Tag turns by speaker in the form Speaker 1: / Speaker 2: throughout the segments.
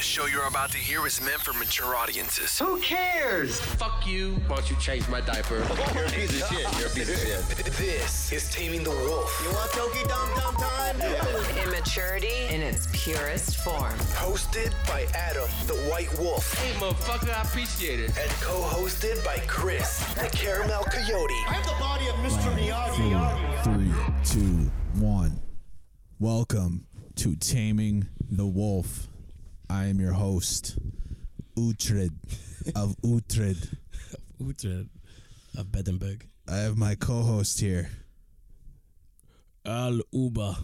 Speaker 1: show you're about to hear is meant for mature audiences.
Speaker 2: Who cares?
Speaker 3: Fuck you. Why don't you change my diaper?
Speaker 4: You're a piece of shit. You're a piece of shit.
Speaker 1: This is Taming the Wolf,
Speaker 4: You want Toki Dum Dum Time?
Speaker 5: Immaturity in its purest form.
Speaker 1: hosted by Adam the White Wolf
Speaker 3: Hey, motherfucker, I appreciate it.
Speaker 1: and co-hosted by Chris the Caramel Coyote.
Speaker 4: I have the body of Mr. Miyagi.
Speaker 6: three, two, one. Welcome to Taming the Wolf. I am your host, Utrid of Utrid.
Speaker 7: Utrecht of Beddenburg.
Speaker 6: I have my co-host here.
Speaker 7: Al Uba.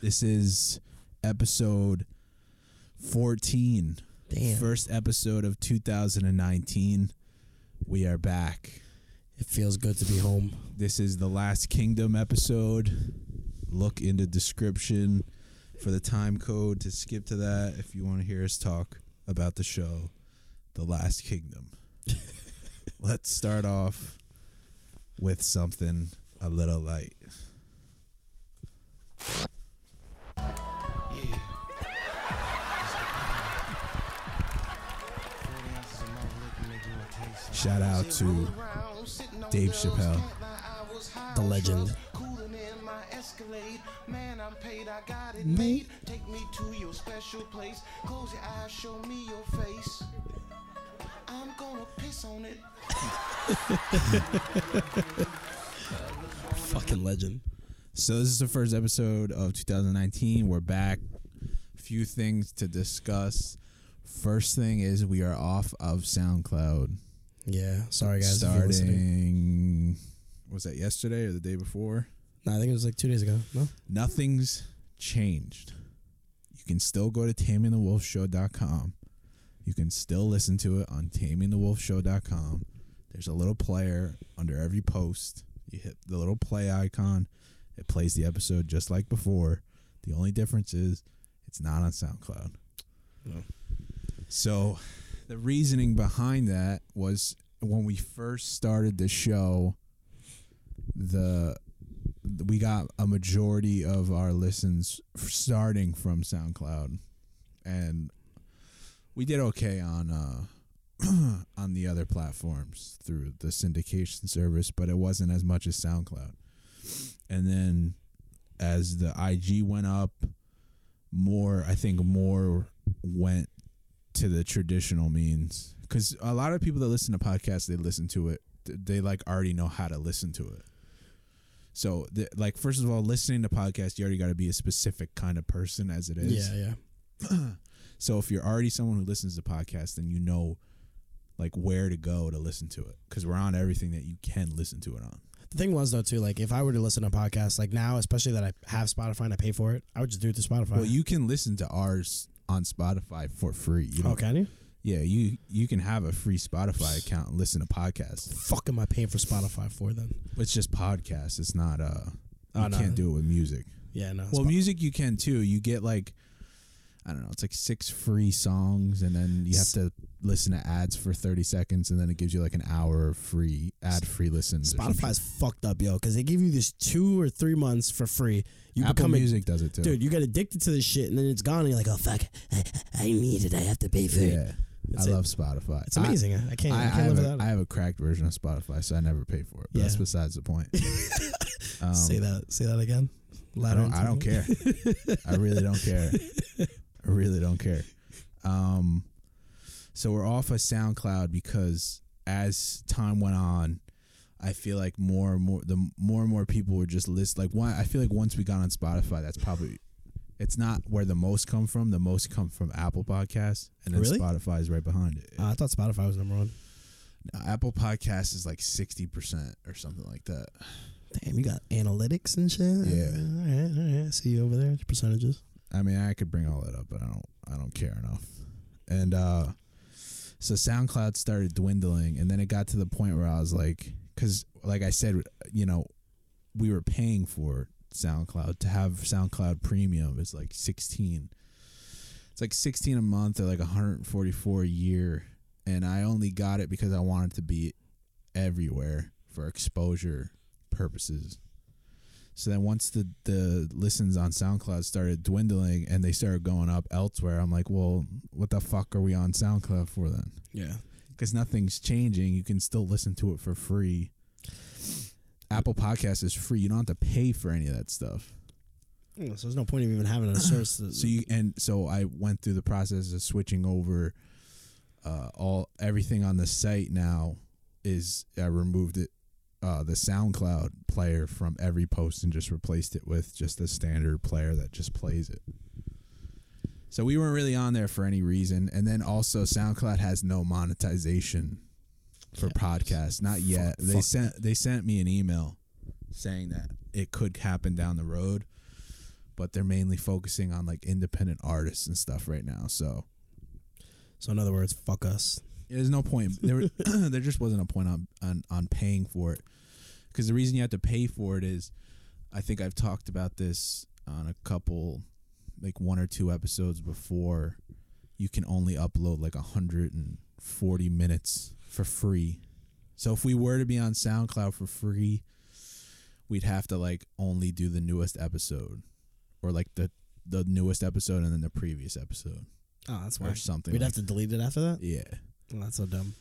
Speaker 6: This is episode 14.
Speaker 7: Damn.
Speaker 6: First episode of 2019. We are back.
Speaker 7: It feels good to be home.
Speaker 6: This is the Last Kingdom episode. Look in the description for the time code to skip to that if you want to hear us talk about the show, The Last Kingdom. Let's start off with something a little light. Shout out to Dave Chappelle.
Speaker 7: The legend.
Speaker 8: Man, I'm paid, I got it
Speaker 7: Mate.
Speaker 8: made. Take me to your special place. Close your eyes, show me your face. I'm gonna piss on it.
Speaker 7: Fucking legend.
Speaker 6: So this is the first episode of 2019. We're back. Few things to discuss. First thing is we are off of SoundCloud.
Speaker 7: Yeah. Sorry, guys. if you're
Speaker 6: starting
Speaker 7: listening.
Speaker 6: was that yesterday or the day before?
Speaker 7: Nah, I think it was like two days ago. No?
Speaker 6: Nothing's changed. You can still go to tamingthewolfshow.com. You can still listen to it on tamingthewolfshow.com. There's a little player under every post. You hit the little play icon, it plays the episode just like before. The only difference is it's not on SoundCloud. So the reasoning behind that was when we first started the show, the we got a majority of our listens f- starting from SoundCloud, and we did okay on uh, on the other platforms through the syndication service, but it wasn't as much as SoundCloud. And then as the IG went up, more I think more went to the traditional means because a lot of people that listen to podcasts they listen to it th- they like already know how to listen to it so, the, like, first of all, listening to podcasts, you already got to be a specific kind of person as it is.
Speaker 7: Yeah, yeah.
Speaker 6: So, if you're already someone who listens to podcasts, then you know, like, where to go to listen to it because we're on everything that you can listen to it on.
Speaker 7: The thing was, though, too, like if I were to listen to podcasts, like now, especially that I have Spotify and I pay for it, I would just do it to Spotify.
Speaker 6: Well, you can listen to ours on Spotify for free. You
Speaker 7: Oh,
Speaker 6: don't-
Speaker 7: can you?
Speaker 6: Yeah, you you can have a free Spotify account and listen to podcasts.
Speaker 7: Fuck am I paying for Spotify for then?
Speaker 6: It's just podcasts. It's not uh, you
Speaker 7: Oh, no.
Speaker 6: can't do it with music.
Speaker 7: Yeah, no.
Speaker 6: Well,
Speaker 7: Spo-
Speaker 6: music you can too. You get like I don't know, it's like six free songs and then you have to listen to ads for 30 seconds and then it gives you like an hour of free ad-free listens. or something.
Speaker 7: Spotify's fucked up, yo, because they give you this two or three months for free. You
Speaker 6: Apple
Speaker 7: become a-
Speaker 6: Music does it too.
Speaker 7: Dude, you get addicted to this shit, and then it's gone, and you're like, oh fuck, I, I need it. I have to pay for it.
Speaker 6: yeah. I
Speaker 7: It's a-
Speaker 6: love Spotify.
Speaker 7: It's amazing. I, I can't. I,
Speaker 6: I, I
Speaker 7: can't
Speaker 6: have
Speaker 7: live
Speaker 6: a,
Speaker 7: without
Speaker 6: I
Speaker 7: it.
Speaker 6: have a cracked version of Spotify, so I never pay for it. But That's
Speaker 7: Yeah.
Speaker 6: besides the point.
Speaker 7: say that. Say that again.
Speaker 6: um, I don't, I don't care. I really don't care. I really don't care. Um, so we're off of SoundCloud because as time went on, I feel like more and more the more and more people were just list like one. I feel like once we got on Spotify, that's probably it's not where the most come from. The most come from Apple Podcasts, and then
Speaker 7: Really?
Speaker 6: Spotify is right behind it.
Speaker 7: Uh, I thought Spotify was number one.
Speaker 6: Apple Podcasts is like sixty percent or something like that.
Speaker 7: Damn, you got analytics and shit.
Speaker 6: Yeah.
Speaker 7: All right, all right. See you over there. Your percentages.
Speaker 6: I mean, I could bring all that up, but I don't. I don't care enough. And uh, so SoundCloud started dwindling, and then it got to the point where I was like, because, like I said, you know, we were paying for SoundCloud to have SoundCloud Premium is like sixteen. It's like sixteen a month or like one hundred and forty four a year, and I only got it because I wanted to be everywhere for exposure purposes. So then once the the listens on SoundCloud started dwindling and they started going up elsewhere, I'm like, well, what the fuck are we on SoundCloud for then?
Speaker 7: Yeah.
Speaker 6: Because nothing's changing. You can still listen to it for free. Apple Podcast is free. You don't have to pay for any of that stuff.
Speaker 7: Mm, So there's no point of even having a source. that-
Speaker 6: So you and so I went through the process of switching over uh, all everything on the site now is I removed it uh, the SoundCloud player from every post and just replaced it with just a standard player that just plays it. So we weren't really on there for any reason, and then also SoundCloud has no monetization for podcasts, not yet. they sent they sent me an email saying that it could happen down the road, but they're mainly focusing on like independent artists and stuff right now. So
Speaker 7: so in other words, fuck us.
Speaker 6: there's no point. There, there just wasn't a point on on, on paying for it because the reason you have to pay for it is, I think I've talked about this on a couple, like one or two episodes before. You can only upload like 140 minutes for free. So if we were to be on SoundCloud for free, we'd have to like only do the newest episode, or like the the newest episode and then the previous episode
Speaker 7: Oh, that's
Speaker 6: or
Speaker 7: weird.
Speaker 6: something.
Speaker 7: We'd
Speaker 6: like
Speaker 7: have to delete it after that.
Speaker 6: yeah
Speaker 7: Oh, that's so dumb.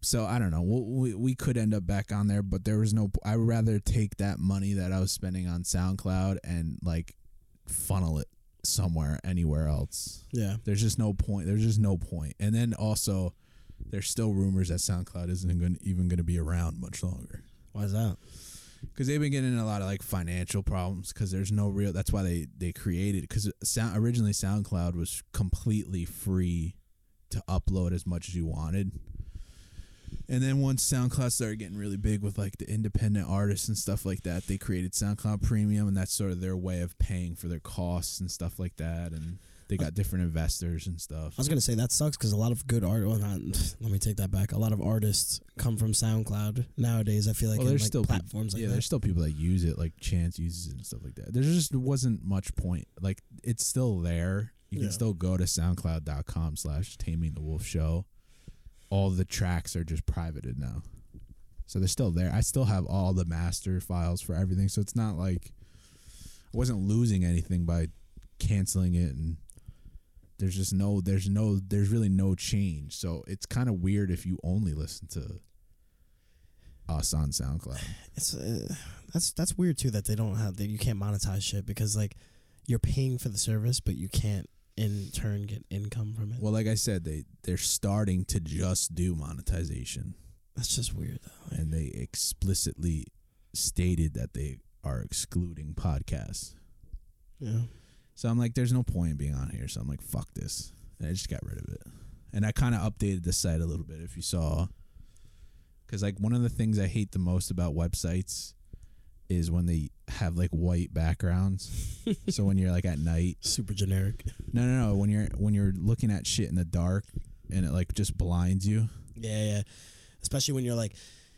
Speaker 6: so I don't know. We, we we could end up back on there, but there was no. I would rather take that money that I was spending on SoundCloud and like funnel it somewhere, anywhere else.
Speaker 7: Yeah.
Speaker 6: There's just no point. There's just no point. And then also, there's still rumors that SoundCloud isn't gonna, even going to be around much longer
Speaker 7: Why is that?
Speaker 6: because they've been getting in a lot of like financial problems because there's no real that's why they they created because sound originally soundcloud was completely free to upload as much as you wanted and then once soundcloud started getting really big with like the independent artists and stuff like that they created soundcloud premium and that's sort of their way of paying for their costs and stuff like that and they got different investors and stuff
Speaker 7: I was gonna say that sucks because a lot of good art. Well, not, let me take that back. A lot of artists come from SoundCloud nowadays. I feel like
Speaker 6: well,
Speaker 7: in,
Speaker 6: there's
Speaker 7: like,
Speaker 6: still peop-
Speaker 7: platforms like
Speaker 6: yeah,
Speaker 7: that.
Speaker 6: there's still people that use it, like Chance uses it and stuff like that. There just wasn't much point. Like it's still there. You
Speaker 7: Yeah.
Speaker 6: can still go to soundcloud.com slash taming the wolf show. All the tracks are just privated now. So they're still there. I still have all the master files for everything. So it's not like I wasn't losing anything by canceling it and there's just no there's no there's really no change. So it's kind of weird if you only listen to us on SoundCloud.
Speaker 7: it's uh, that's that's weird too that they don't have that you can't monetize shit because like you're paying for the service but you can't in turn get income from it.
Speaker 6: Well, like I said, they they're starting to just do monetization,
Speaker 7: that's just weird though.
Speaker 6: and they explicitly stated that they are excluding podcasts.
Speaker 7: Yeah.
Speaker 6: So I'm like, there's no point in being on here. So I'm like, fuck this, and I just got rid of it. And I kind of updated the site a little bit, if you saw, because like one of the things I hate the most about websites is when they have like white backgrounds. so when you're like at night
Speaker 7: Super generic.
Speaker 6: No, no, no. When you're when you're looking at shit in the dark and it like just blinds you.
Speaker 7: Yeah, yeah. Especially when you're like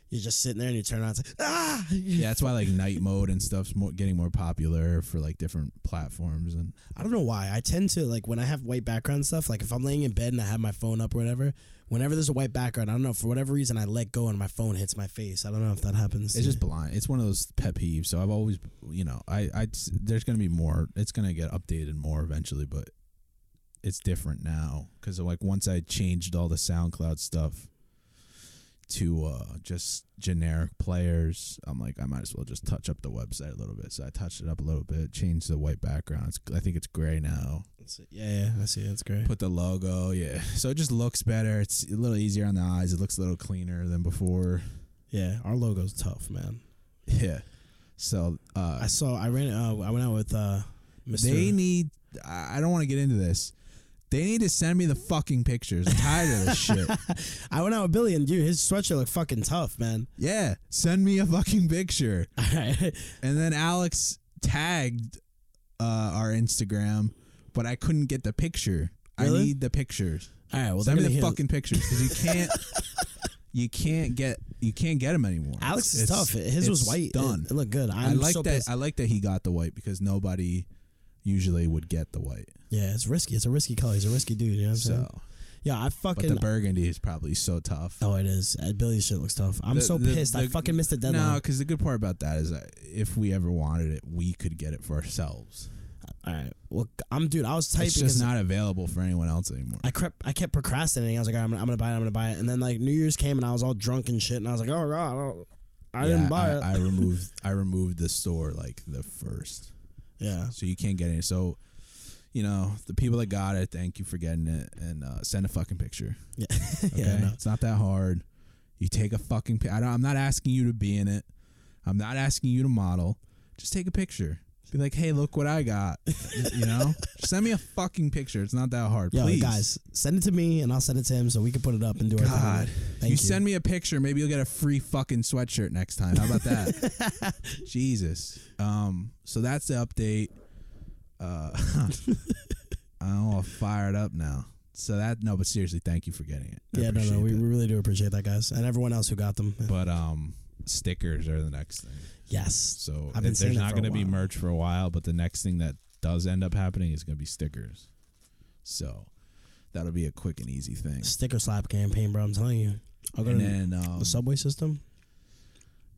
Speaker 7: you're just sitting there and you turn on it's like ah
Speaker 6: Yeah, that's why like night mode and stuff's more, getting more popular for like different platforms and
Speaker 7: I don't know why. I tend to like when I have white background stuff, like if I'm laying in bed and I have my phone up or whatever, whenever there's a white background, I don't know, for whatever reason I let go and my phone hits my face. I don't know if that happens.
Speaker 6: it's just blind. It's one of those pet peeves. So I've always, you know, I I there's gonna be more. It's gonna get updated more eventually, but it's different now because like once I changed all the SoundCloud stuff to uh, just generic players, I'm like I might as well just touch up the website a little bit. So I touched it up a little bit, changed the white background. It's, I think it's gray now.
Speaker 7: It's- yeah, yeah, I see. That's great.
Speaker 6: Put the logo, yeah. So it just looks better. It's a little easier on the eyes. It looks a little cleaner than before.
Speaker 7: Yeah, our logo's tough, man.
Speaker 6: Yeah. So uh,
Speaker 7: I saw. I ran. Uh, I went out with uh, Mr.
Speaker 6: They need. I I don't want to get into this. They need to send me the fucking pictures. I'm tired of this shit.
Speaker 7: I went out with Billy, and dude, his sweatshirt looked fucking tough, man.
Speaker 6: Yeah, send me a fucking picture.
Speaker 7: All right.
Speaker 6: And then Alex tagged uh, our Instagram, but I couldn't get the picture. I
Speaker 7: Really?
Speaker 6: need the pictures.
Speaker 7: All right. Well,
Speaker 6: send me
Speaker 7: they're gonna
Speaker 6: the
Speaker 7: hear-
Speaker 6: fucking pictures because you can't. you can't get. You can't get them anymore.
Speaker 7: Alex is
Speaker 6: It's-
Speaker 7: tough. His was
Speaker 6: it's
Speaker 7: white.
Speaker 6: Done.
Speaker 7: It, it looked good.
Speaker 6: I
Speaker 7: I'm
Speaker 6: like
Speaker 7: so
Speaker 6: that.
Speaker 7: pissed.
Speaker 6: I like that he got the white because nobody usually would get the white.
Speaker 7: yeah, it's risky. It's a risky color. He's a risky dude. You know what I'm saying?
Speaker 6: So
Speaker 7: Yeah, I
Speaker 6: But
Speaker 7: fucking.
Speaker 6: the burgundy is probably so tough.
Speaker 7: oh, it is. Uh, Billy's shit looks tough. I'm
Speaker 6: The-
Speaker 7: so
Speaker 6: the-
Speaker 7: pissed. I
Speaker 6: the-
Speaker 7: fucking missed the
Speaker 6: No,
Speaker 7: deadline.
Speaker 6: because the good part about that is that if we ever wanted it, we could get it for ourselves.
Speaker 7: All right. Well, I'm dude. I was typing.
Speaker 6: It's just
Speaker 7: 'cause
Speaker 6: not available for anyone else anymore.
Speaker 7: I crept, I kept procrastinating. I was like, "All right, I'm gonna, I'm gonna buy it, I'm gonna buy it. And then like New Year's came and I was all drunk and shit. And I was like, oh god, I, don't- I
Speaker 6: Yeah,
Speaker 7: didn't buy
Speaker 6: I,
Speaker 7: it.
Speaker 6: I removed I removed the store like the first,
Speaker 7: yeah,
Speaker 6: so you can't get any. So, you know, the people that got it, thank you for getting it, and uh, send a fucking picture.
Speaker 7: yeah,
Speaker 6: Okay,
Speaker 7: yeah. no.
Speaker 6: it's not that hard. You take a fucking. Pi- I don't, I'm not asking you to be in it. I'm not asking you to model. Just take a picture. Be like, hey, look what I got. you know, send me a fucking picture. It's not that hard.
Speaker 7: Yo,
Speaker 6: Please,
Speaker 7: guys, send it to me and I'll send it to him so we can put it up and do our thing.
Speaker 6: God,
Speaker 7: Thank
Speaker 6: you, send me a picture. Maybe you'll get a free fucking sweatshirt next time. How about that? Jesus. Um. So that's the update. Uh, I'm all fired up now. So that no, but seriously, thank you for getting it. I
Speaker 7: Yeah, no, no,
Speaker 6: appreciate
Speaker 7: we,
Speaker 6: that.
Speaker 7: we really do appreciate that, guys, and everyone else who got them.
Speaker 6: but um stickers are the next thing
Speaker 7: yes,
Speaker 6: so
Speaker 7: I've been
Speaker 6: if
Speaker 7: saying
Speaker 6: there's
Speaker 7: that
Speaker 6: not
Speaker 7: for a
Speaker 6: going to be
Speaker 7: while.
Speaker 6: merch for a while but the next thing that does end up happening is going to be stickers so that'll be a quick and easy thing
Speaker 7: sticker slap campaign, bro. I'm telling you, I'll go
Speaker 6: and
Speaker 7: to
Speaker 6: then um,
Speaker 7: the subway system.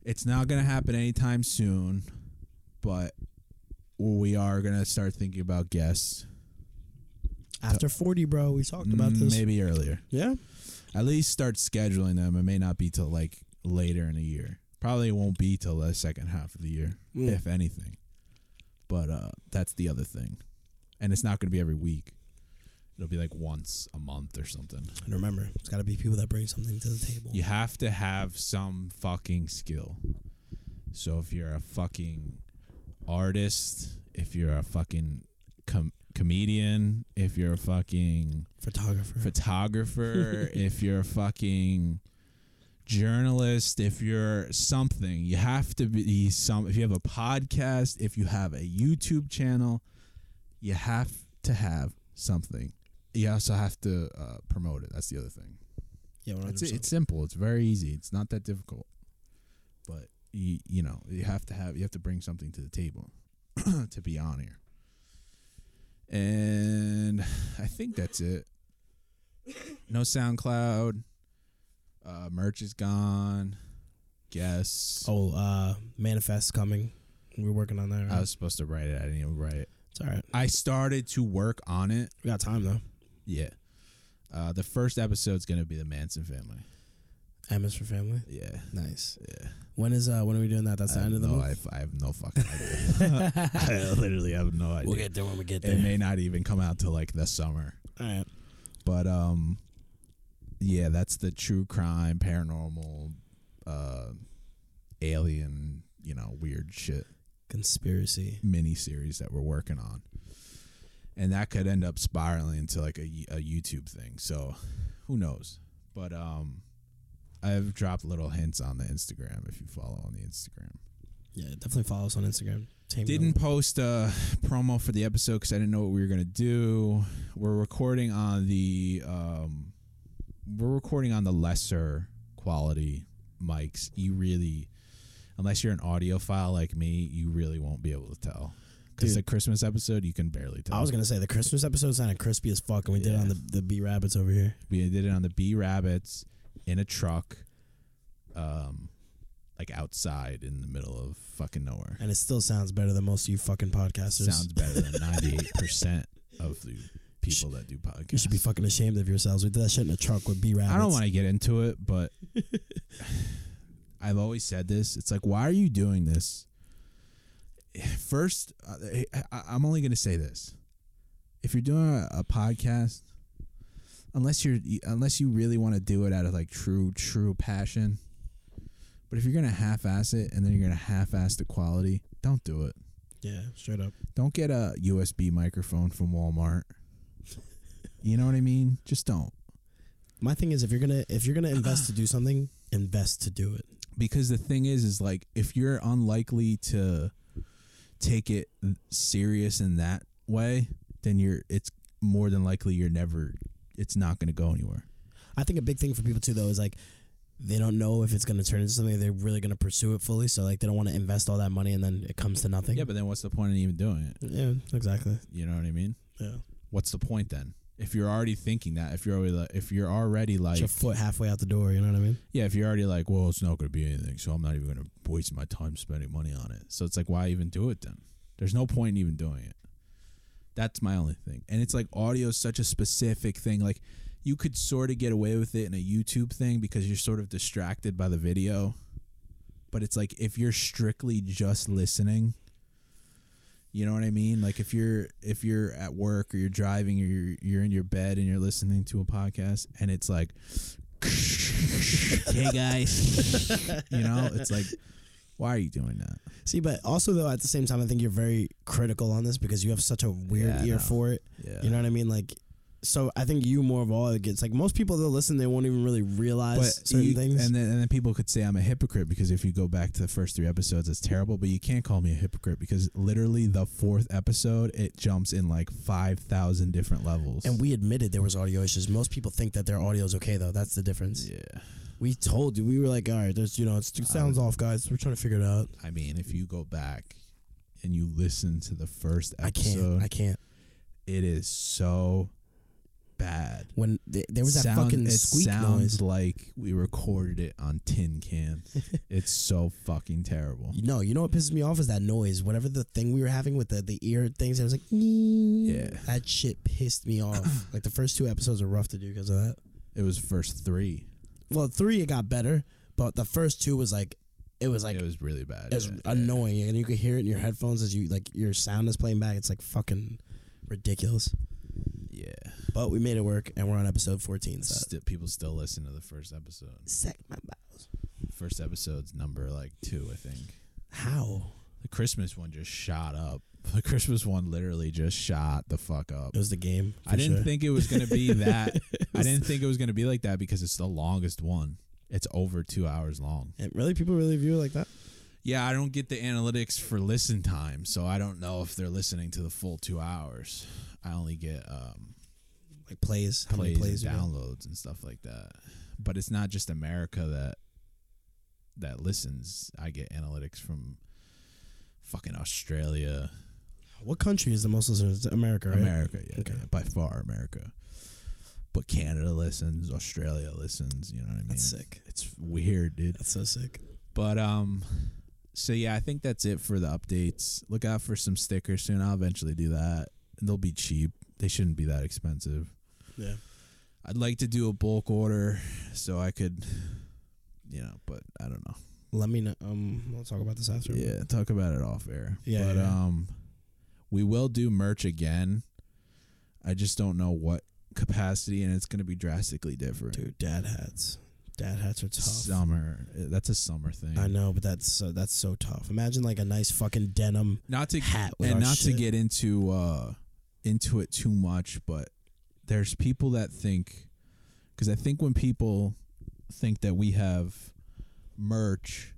Speaker 6: it's not going to happen anytime soon but we are going to start thinking about guests
Speaker 7: After 40, bro, we talked about this.
Speaker 6: Mm, maybe earlier
Speaker 7: Yeah,
Speaker 6: at least start scheduling them it may not be till like later in the year probably won't be till the second half of the year if anything but uh that's the other thing and it's not going to be every week it'll be like once a month or something
Speaker 7: and remember, it's got to be people that bring something to the table.
Speaker 6: you have to have some fucking skill so if you're a fucking artist if you're a fucking com- comedian if you're a fucking
Speaker 7: photographer.
Speaker 6: photographer, if you're a fucking journalist, if you're something, you have to be some. If you have a podcast, if you have a YouTube channel, you have to have something. You also have to uh, promote it. That's the other thing.
Speaker 7: yeah,
Speaker 6: That's
Speaker 7: 100%.
Speaker 6: it. It's simple. It's very easy. It's not that difficult. But you you know you have to have you have to bring something to the table to be on here. And I think that's it. No SoundCloud. Uh, merch is gone. Guess
Speaker 7: Oh, uh, manifest coming. We're working on that. Right?
Speaker 6: I was supposed to write it. I didn't even write it.
Speaker 7: it's all right.
Speaker 6: I started to work on it.
Speaker 7: We got time though.
Speaker 6: Yeah. Uh, the first episode's gonna be the Manson family.
Speaker 7: M is for family.
Speaker 6: Yeah.
Speaker 7: Nice.
Speaker 6: Yeah.
Speaker 7: When is uh when are we doing that? That's the
Speaker 6: I
Speaker 7: end
Speaker 6: have
Speaker 7: of the
Speaker 6: no,
Speaker 7: month.
Speaker 6: I, I have no fucking idea. I literally have no idea.
Speaker 7: We'll get there when we get there.
Speaker 6: it may not even come out till like the summer.
Speaker 7: all right.
Speaker 6: But um, yeah, that's the true crime, paranormal, uh, alien, you know, weird shit
Speaker 7: Conspiracy.
Speaker 6: mini series that we're working on, and that could end up spiraling into like a, y- a YouTube thing. So, who knows? But um, I've dropped little hints on the Instagram if you follow on the Instagram.
Speaker 7: Yeah, definitely follow us on Instagram. Tame
Speaker 6: Didn't post a promo for the episode because I didn't know what we were gonna do. We're recording on the um, we're recording on the lesser quality mics. You really, unless you're an audiophile like me, you really won't be able to tell. Because
Speaker 7: Dude.
Speaker 6: the Christmas episode, you can barely tell.
Speaker 7: I was gonna say the Christmas episode sounded crispy as fuck, and we did it
Speaker 6: Yeah.
Speaker 7: on the the B rabbits over here.
Speaker 6: we did it on the B Rabbits in a truck, um, like outside in the middle of fucking nowhere.
Speaker 7: And it still sounds better than most of you fucking podcasters.
Speaker 6: Sounds better than ninety eight percent of the people that do podcasts.
Speaker 7: you should be fucking ashamed of yourselves. We did that shit in a truck with B rabbits.
Speaker 6: I don't want to get into it, but I've always said this. It's like, why are you doing this? First, uh, I, I'm only going to say this: if you're doing a, a podcast, unless you're unless you really want to do it out of like true true passion, but if you're going to half-ass it and then you're going to half-ass the quality, don't do it.
Speaker 7: Yeah, straight up.
Speaker 6: Don't get a USB microphone from Walmart. You know what I mean? Just don't.
Speaker 7: My thing is, if you're gonna if you're gonna invest to do something, invest to do it.
Speaker 6: because the thing is is like if you're unlikely to take it serious in that way then you're it's more than likely you're never it's not going to go anywhere
Speaker 7: I think a big thing for people too though is like they don't know if it's gonna turn into something. They're really gonna pursue it fully, so like they don't want to invest all that money and then it comes to nothing.
Speaker 6: yeah but then what's the point in even doing it
Speaker 7: yeah, exactly.
Speaker 6: you know what i mean
Speaker 7: Yeah.
Speaker 6: what's the point then if you're already thinking that, if you're already like, if you're already like,
Speaker 7: Put your foot halfway out the door. You know what I mean?
Speaker 6: yeah, if you're already like, well, it's not going to be anything, so I'm not even going to waste my time spending money on it. So it's like, why even do it then? There's no point in even doing it. That's my only thing. And it's like audio is such a specific thing. Like you could sort of get away with it in a YouTube thing because you're sort of distracted by the video. But it's like if you're strictly just listening, you know what I mean? Like if you're if you're at work or you're driving or you're you're in your bed and you're listening to a podcast and it's like hey guys you know it's like why are you doing that
Speaker 7: See, but also though at the same time, I think you're very critical on this because you have such a weird
Speaker 6: Yeah, I
Speaker 7: ear
Speaker 6: know.
Speaker 7: for it.
Speaker 6: Yeah.
Speaker 7: You know what I mean? Like, so I think you more of all it gets like most people that listen, they won't even really realize certain
Speaker 6: you-
Speaker 7: things.
Speaker 6: and then and then people could say I'm a hypocrite because if you go back to the first three episodes it's terrible but you can't call me a hypocrite because literally the fourth episode it jumps in like 5000 different levels
Speaker 7: and we admitted there was audio issues. Most people think that their audio is okay though. That's the difference.
Speaker 6: yeah
Speaker 7: We told you we were like, all right, there's you know, it's, it sounds
Speaker 6: Uh,
Speaker 7: off, guys. We're trying to figure it out.
Speaker 6: I mean if you go back and you listen to the first
Speaker 7: I can't.
Speaker 6: episode
Speaker 7: I can't.
Speaker 6: it is so bad
Speaker 7: When th- there was that
Speaker 6: Sound-
Speaker 7: fucking
Speaker 6: it
Speaker 7: squeak
Speaker 6: sounds
Speaker 7: noise.
Speaker 6: like we recorded it on tin cans. it's so fucking terrible.
Speaker 7: No, you know what pisses me off is that noise. Whatever the thing we were having with the, the ear things, I was like, yeah, that shit pissed me off. like the first two episodes are rough to do because of that.
Speaker 6: It was first three.
Speaker 7: Well, three it got better, but the first two was like, it was like
Speaker 6: It
Speaker 7: it was,
Speaker 6: was really bad. Yeah.
Speaker 7: annoying, and you could hear it in your headphones as you like your sound is playing back. It's like fucking ridiculous.
Speaker 6: yeah.
Speaker 7: But we made it work, and we're on episode fourteen. So
Speaker 6: Sti- people still listen to the first episode.
Speaker 7: Sack my balls.
Speaker 6: First episode's number like two, I think.
Speaker 7: How
Speaker 6: The Christmas one just shot up. The Christmas one literally just shot the fuck up.
Speaker 7: it was the game.
Speaker 6: I didn't
Speaker 7: sure.
Speaker 6: think it was gonna be that. I didn't think it was gonna be like that because it's the longest one. It's over two hours long.
Speaker 7: And really, people really view it like that.
Speaker 6: Yeah, I don't get the analytics for listen time, so I don't know if they're listening to the full two hours. I only get um,
Speaker 7: Like plays, how
Speaker 6: plays,
Speaker 7: many plays? we
Speaker 6: and
Speaker 7: got.
Speaker 6: downloads and stuff like that. But it's not just America that that listens. I get analytics from fucking Australia,
Speaker 7: What country is the most listeners? America, right?
Speaker 6: America, yeah,
Speaker 7: Okay.
Speaker 6: yeah, by far America. But Canada listens, Australia listens. You know what I mean?
Speaker 7: That's sick.
Speaker 6: It's weird, dude.
Speaker 7: That's so sick.
Speaker 6: But um, so yeah, I think that's it for the updates. Look out for some stickers soon. I'll eventually do that. They'll be cheap. They shouldn't be that expensive.
Speaker 7: Yeah.
Speaker 6: I'd like to do a bulk order so I could, you know, but I don't know.
Speaker 7: Let me know. Um, we'll talk about this after.
Speaker 6: Yeah, talk about it off air.
Speaker 7: Yeah,
Speaker 6: but
Speaker 7: yeah, yeah.
Speaker 6: um, we will do merch again. I just don't know what capacity, and it's going to be drastically different.
Speaker 7: Dude, dad hats. Dad hats are tough.
Speaker 6: Summer, that's a summer thing.
Speaker 7: I know, but that's so that's so tough. Imagine like a nice fucking denim.
Speaker 6: not to
Speaker 7: hat with
Speaker 6: and
Speaker 7: our
Speaker 6: not to
Speaker 7: shit.
Speaker 6: get into uh into it too much, but there's people that think because I think when people think that we have merch,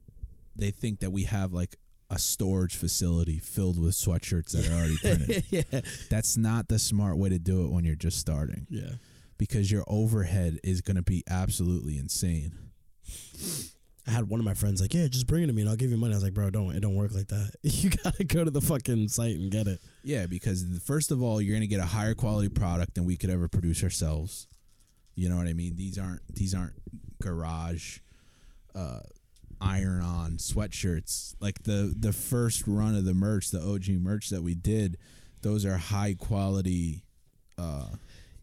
Speaker 6: they think that we have like a storage facility filled with sweatshirts that are already printed.
Speaker 7: yeah,
Speaker 6: That's not the smart way to do it when you're just starting
Speaker 7: yeah.
Speaker 6: because your overhead is going to be absolutely insane.
Speaker 7: I had one of my friends like, yeah, just bring it to me and I'll give you money. I was like, bro, don't it don't work like that. You gotta go to the fucking site and get it.
Speaker 6: Yeah, because the- first of all, you're going to get a higher quality product than we could ever produce ourselves. You know what I mean? These aren't these aren't garage uh iron on sweatshirts. Like the the first run of the merch, the OG merch that we did, those are high quality uh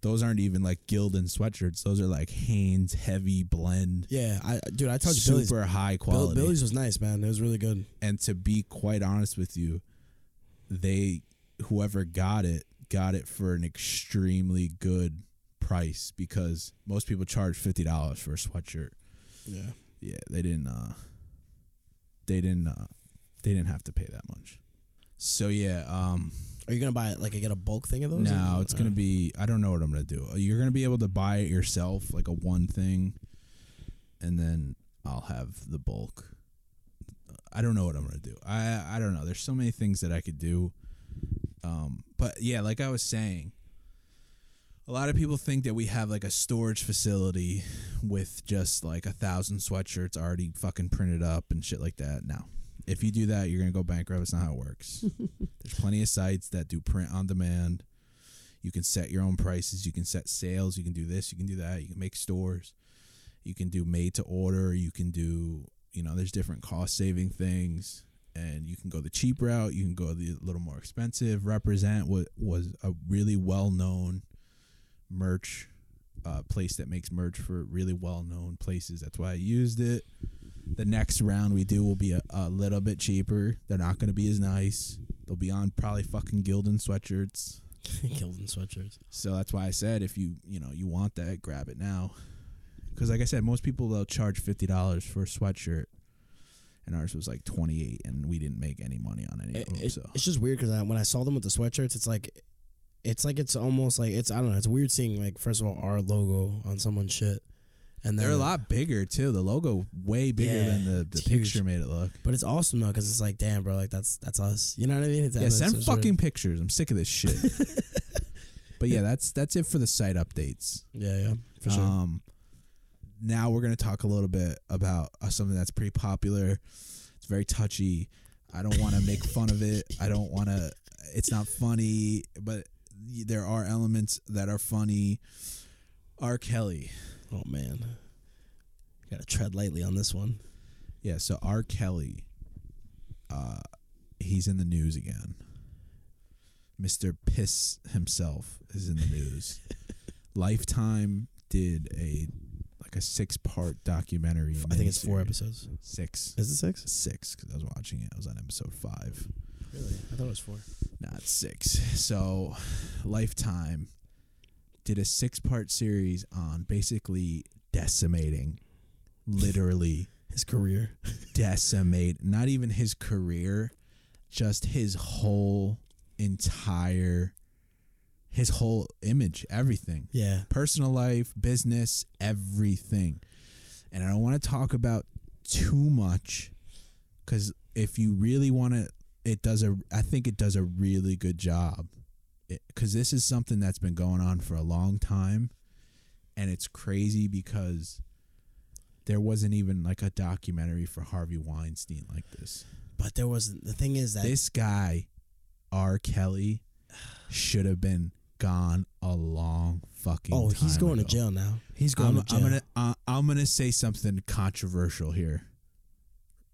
Speaker 6: those aren't even like Gildan sweatshirts. Those are like Hanes heavy blend.
Speaker 7: Yeah, I dude, I touched Billy's.
Speaker 6: Super high
Speaker 7: Bill,
Speaker 6: quality
Speaker 7: Billy's was nice, man. It was really good.
Speaker 6: and to be quite honest with you, they whoever got it got it for an extremely good price because most people charge fifty dollars for a sweatshirt.
Speaker 7: Yeah.
Speaker 6: Yeah, they didn't. Uh, they didn't. Uh, they didn't have to pay that much. So yeah, um,
Speaker 7: Are you gonna buy it like get a bulk thing of those?
Speaker 6: now it's gonna be. I don't know what I'm gonna do. Uh, You're gonna be able to buy it yourself, like a one thing, and then I'll have the bulk. I don't know what I'm gonna do. I I don't know. There's so many things that I could do. Um, but yeah, like I was saying, a lot of people think that we have like a storage facility with just like a thousand sweatshirts already fucking printed up and shit like that. No. If you do that, you're gonna go bankrupt. It's not how it works. There's plenty of sites that do print on demand. You can set your own prices. You can set sales. You can do this. You can do that. You can make stores. You can do made to order. You can do, you know, there's different cost saving things. And you can go the cheap route. You can go the little more expensive. Represent what was a really well known merch uh, place that makes merch for really well known places. That's why I used it. The next round we do will be a, a little bit cheaper. They're not going to be as nice. They'll be on probably fucking Gildan sweatshirts.
Speaker 7: Killed in sweatshirts.
Speaker 6: So that's why I said if you you know you want that, grab it now. Because like I said, most people they'll charge fifty dollars for a sweatshirt, and ours was like twenty eight, and we didn't make any money on any
Speaker 7: It-
Speaker 6: of them.
Speaker 7: it-
Speaker 6: So
Speaker 7: It's just weird because I, when I saw them with the sweatshirts, it's like, it's like it's almost like it's I don't know. It's weird seeing like first of all our logo on someone's shit, and then
Speaker 6: they're a lot bigger too. The logo way bigger
Speaker 7: Yeah,
Speaker 6: than the the
Speaker 7: it's huge.
Speaker 6: picture made it look.
Speaker 7: But it's awesome though because it's like, damn, bro, like that's that's us. You know what I mean? It's,
Speaker 6: Yeah,
Speaker 7: it's
Speaker 6: send
Speaker 7: just sort of-
Speaker 6: fucking pictures. I'm sick of this shit. but yeah, that's that's it for the site updates.
Speaker 7: Yeah, yeah, for sure.
Speaker 6: Um, now we're gonna talk a little bit about uh, something that's pretty popular. It's very touchy. I don't want to make fun of it. I don't want to. It's not funny, but y- there are elements that are funny. R. Kelly.
Speaker 7: oh man, gotta tread lightly on this one.
Speaker 6: Yeah, so R. Kelly, uh, he's in the news again. Mr. Piss himself is in the news. Lifetime did a like a six part documentary.
Speaker 7: I think it's four
Speaker 6: miniseries.
Speaker 7: episodes.
Speaker 6: Six.
Speaker 7: Is it six?
Speaker 6: Six, because I was watching it. I was on episode five,
Speaker 7: Really? I thought it was four.
Speaker 6: not six. So, Lifetime did a six part series on basically decimating, literally
Speaker 7: His career.
Speaker 6: decimate not even his career, just his whole entire his whole image, everything.
Speaker 7: Yeah.
Speaker 6: Personal life, business, everything. And I don't want to talk about too much cuz if you really want to it does a I think it does a really good job. Cuz this is something that's been going on for a long time and it's crazy because there wasn't even like a documentary for Harvey Weinstein like this.
Speaker 7: But there was the thing is that
Speaker 6: This guy, R. Kelly, should have been gone a long fucking.
Speaker 7: oh he's
Speaker 6: time
Speaker 7: going
Speaker 6: ago.
Speaker 7: to jail now. He's
Speaker 6: I'm,
Speaker 7: going to jail.
Speaker 6: I'm gonna uh, I'm gonna say something controversial here.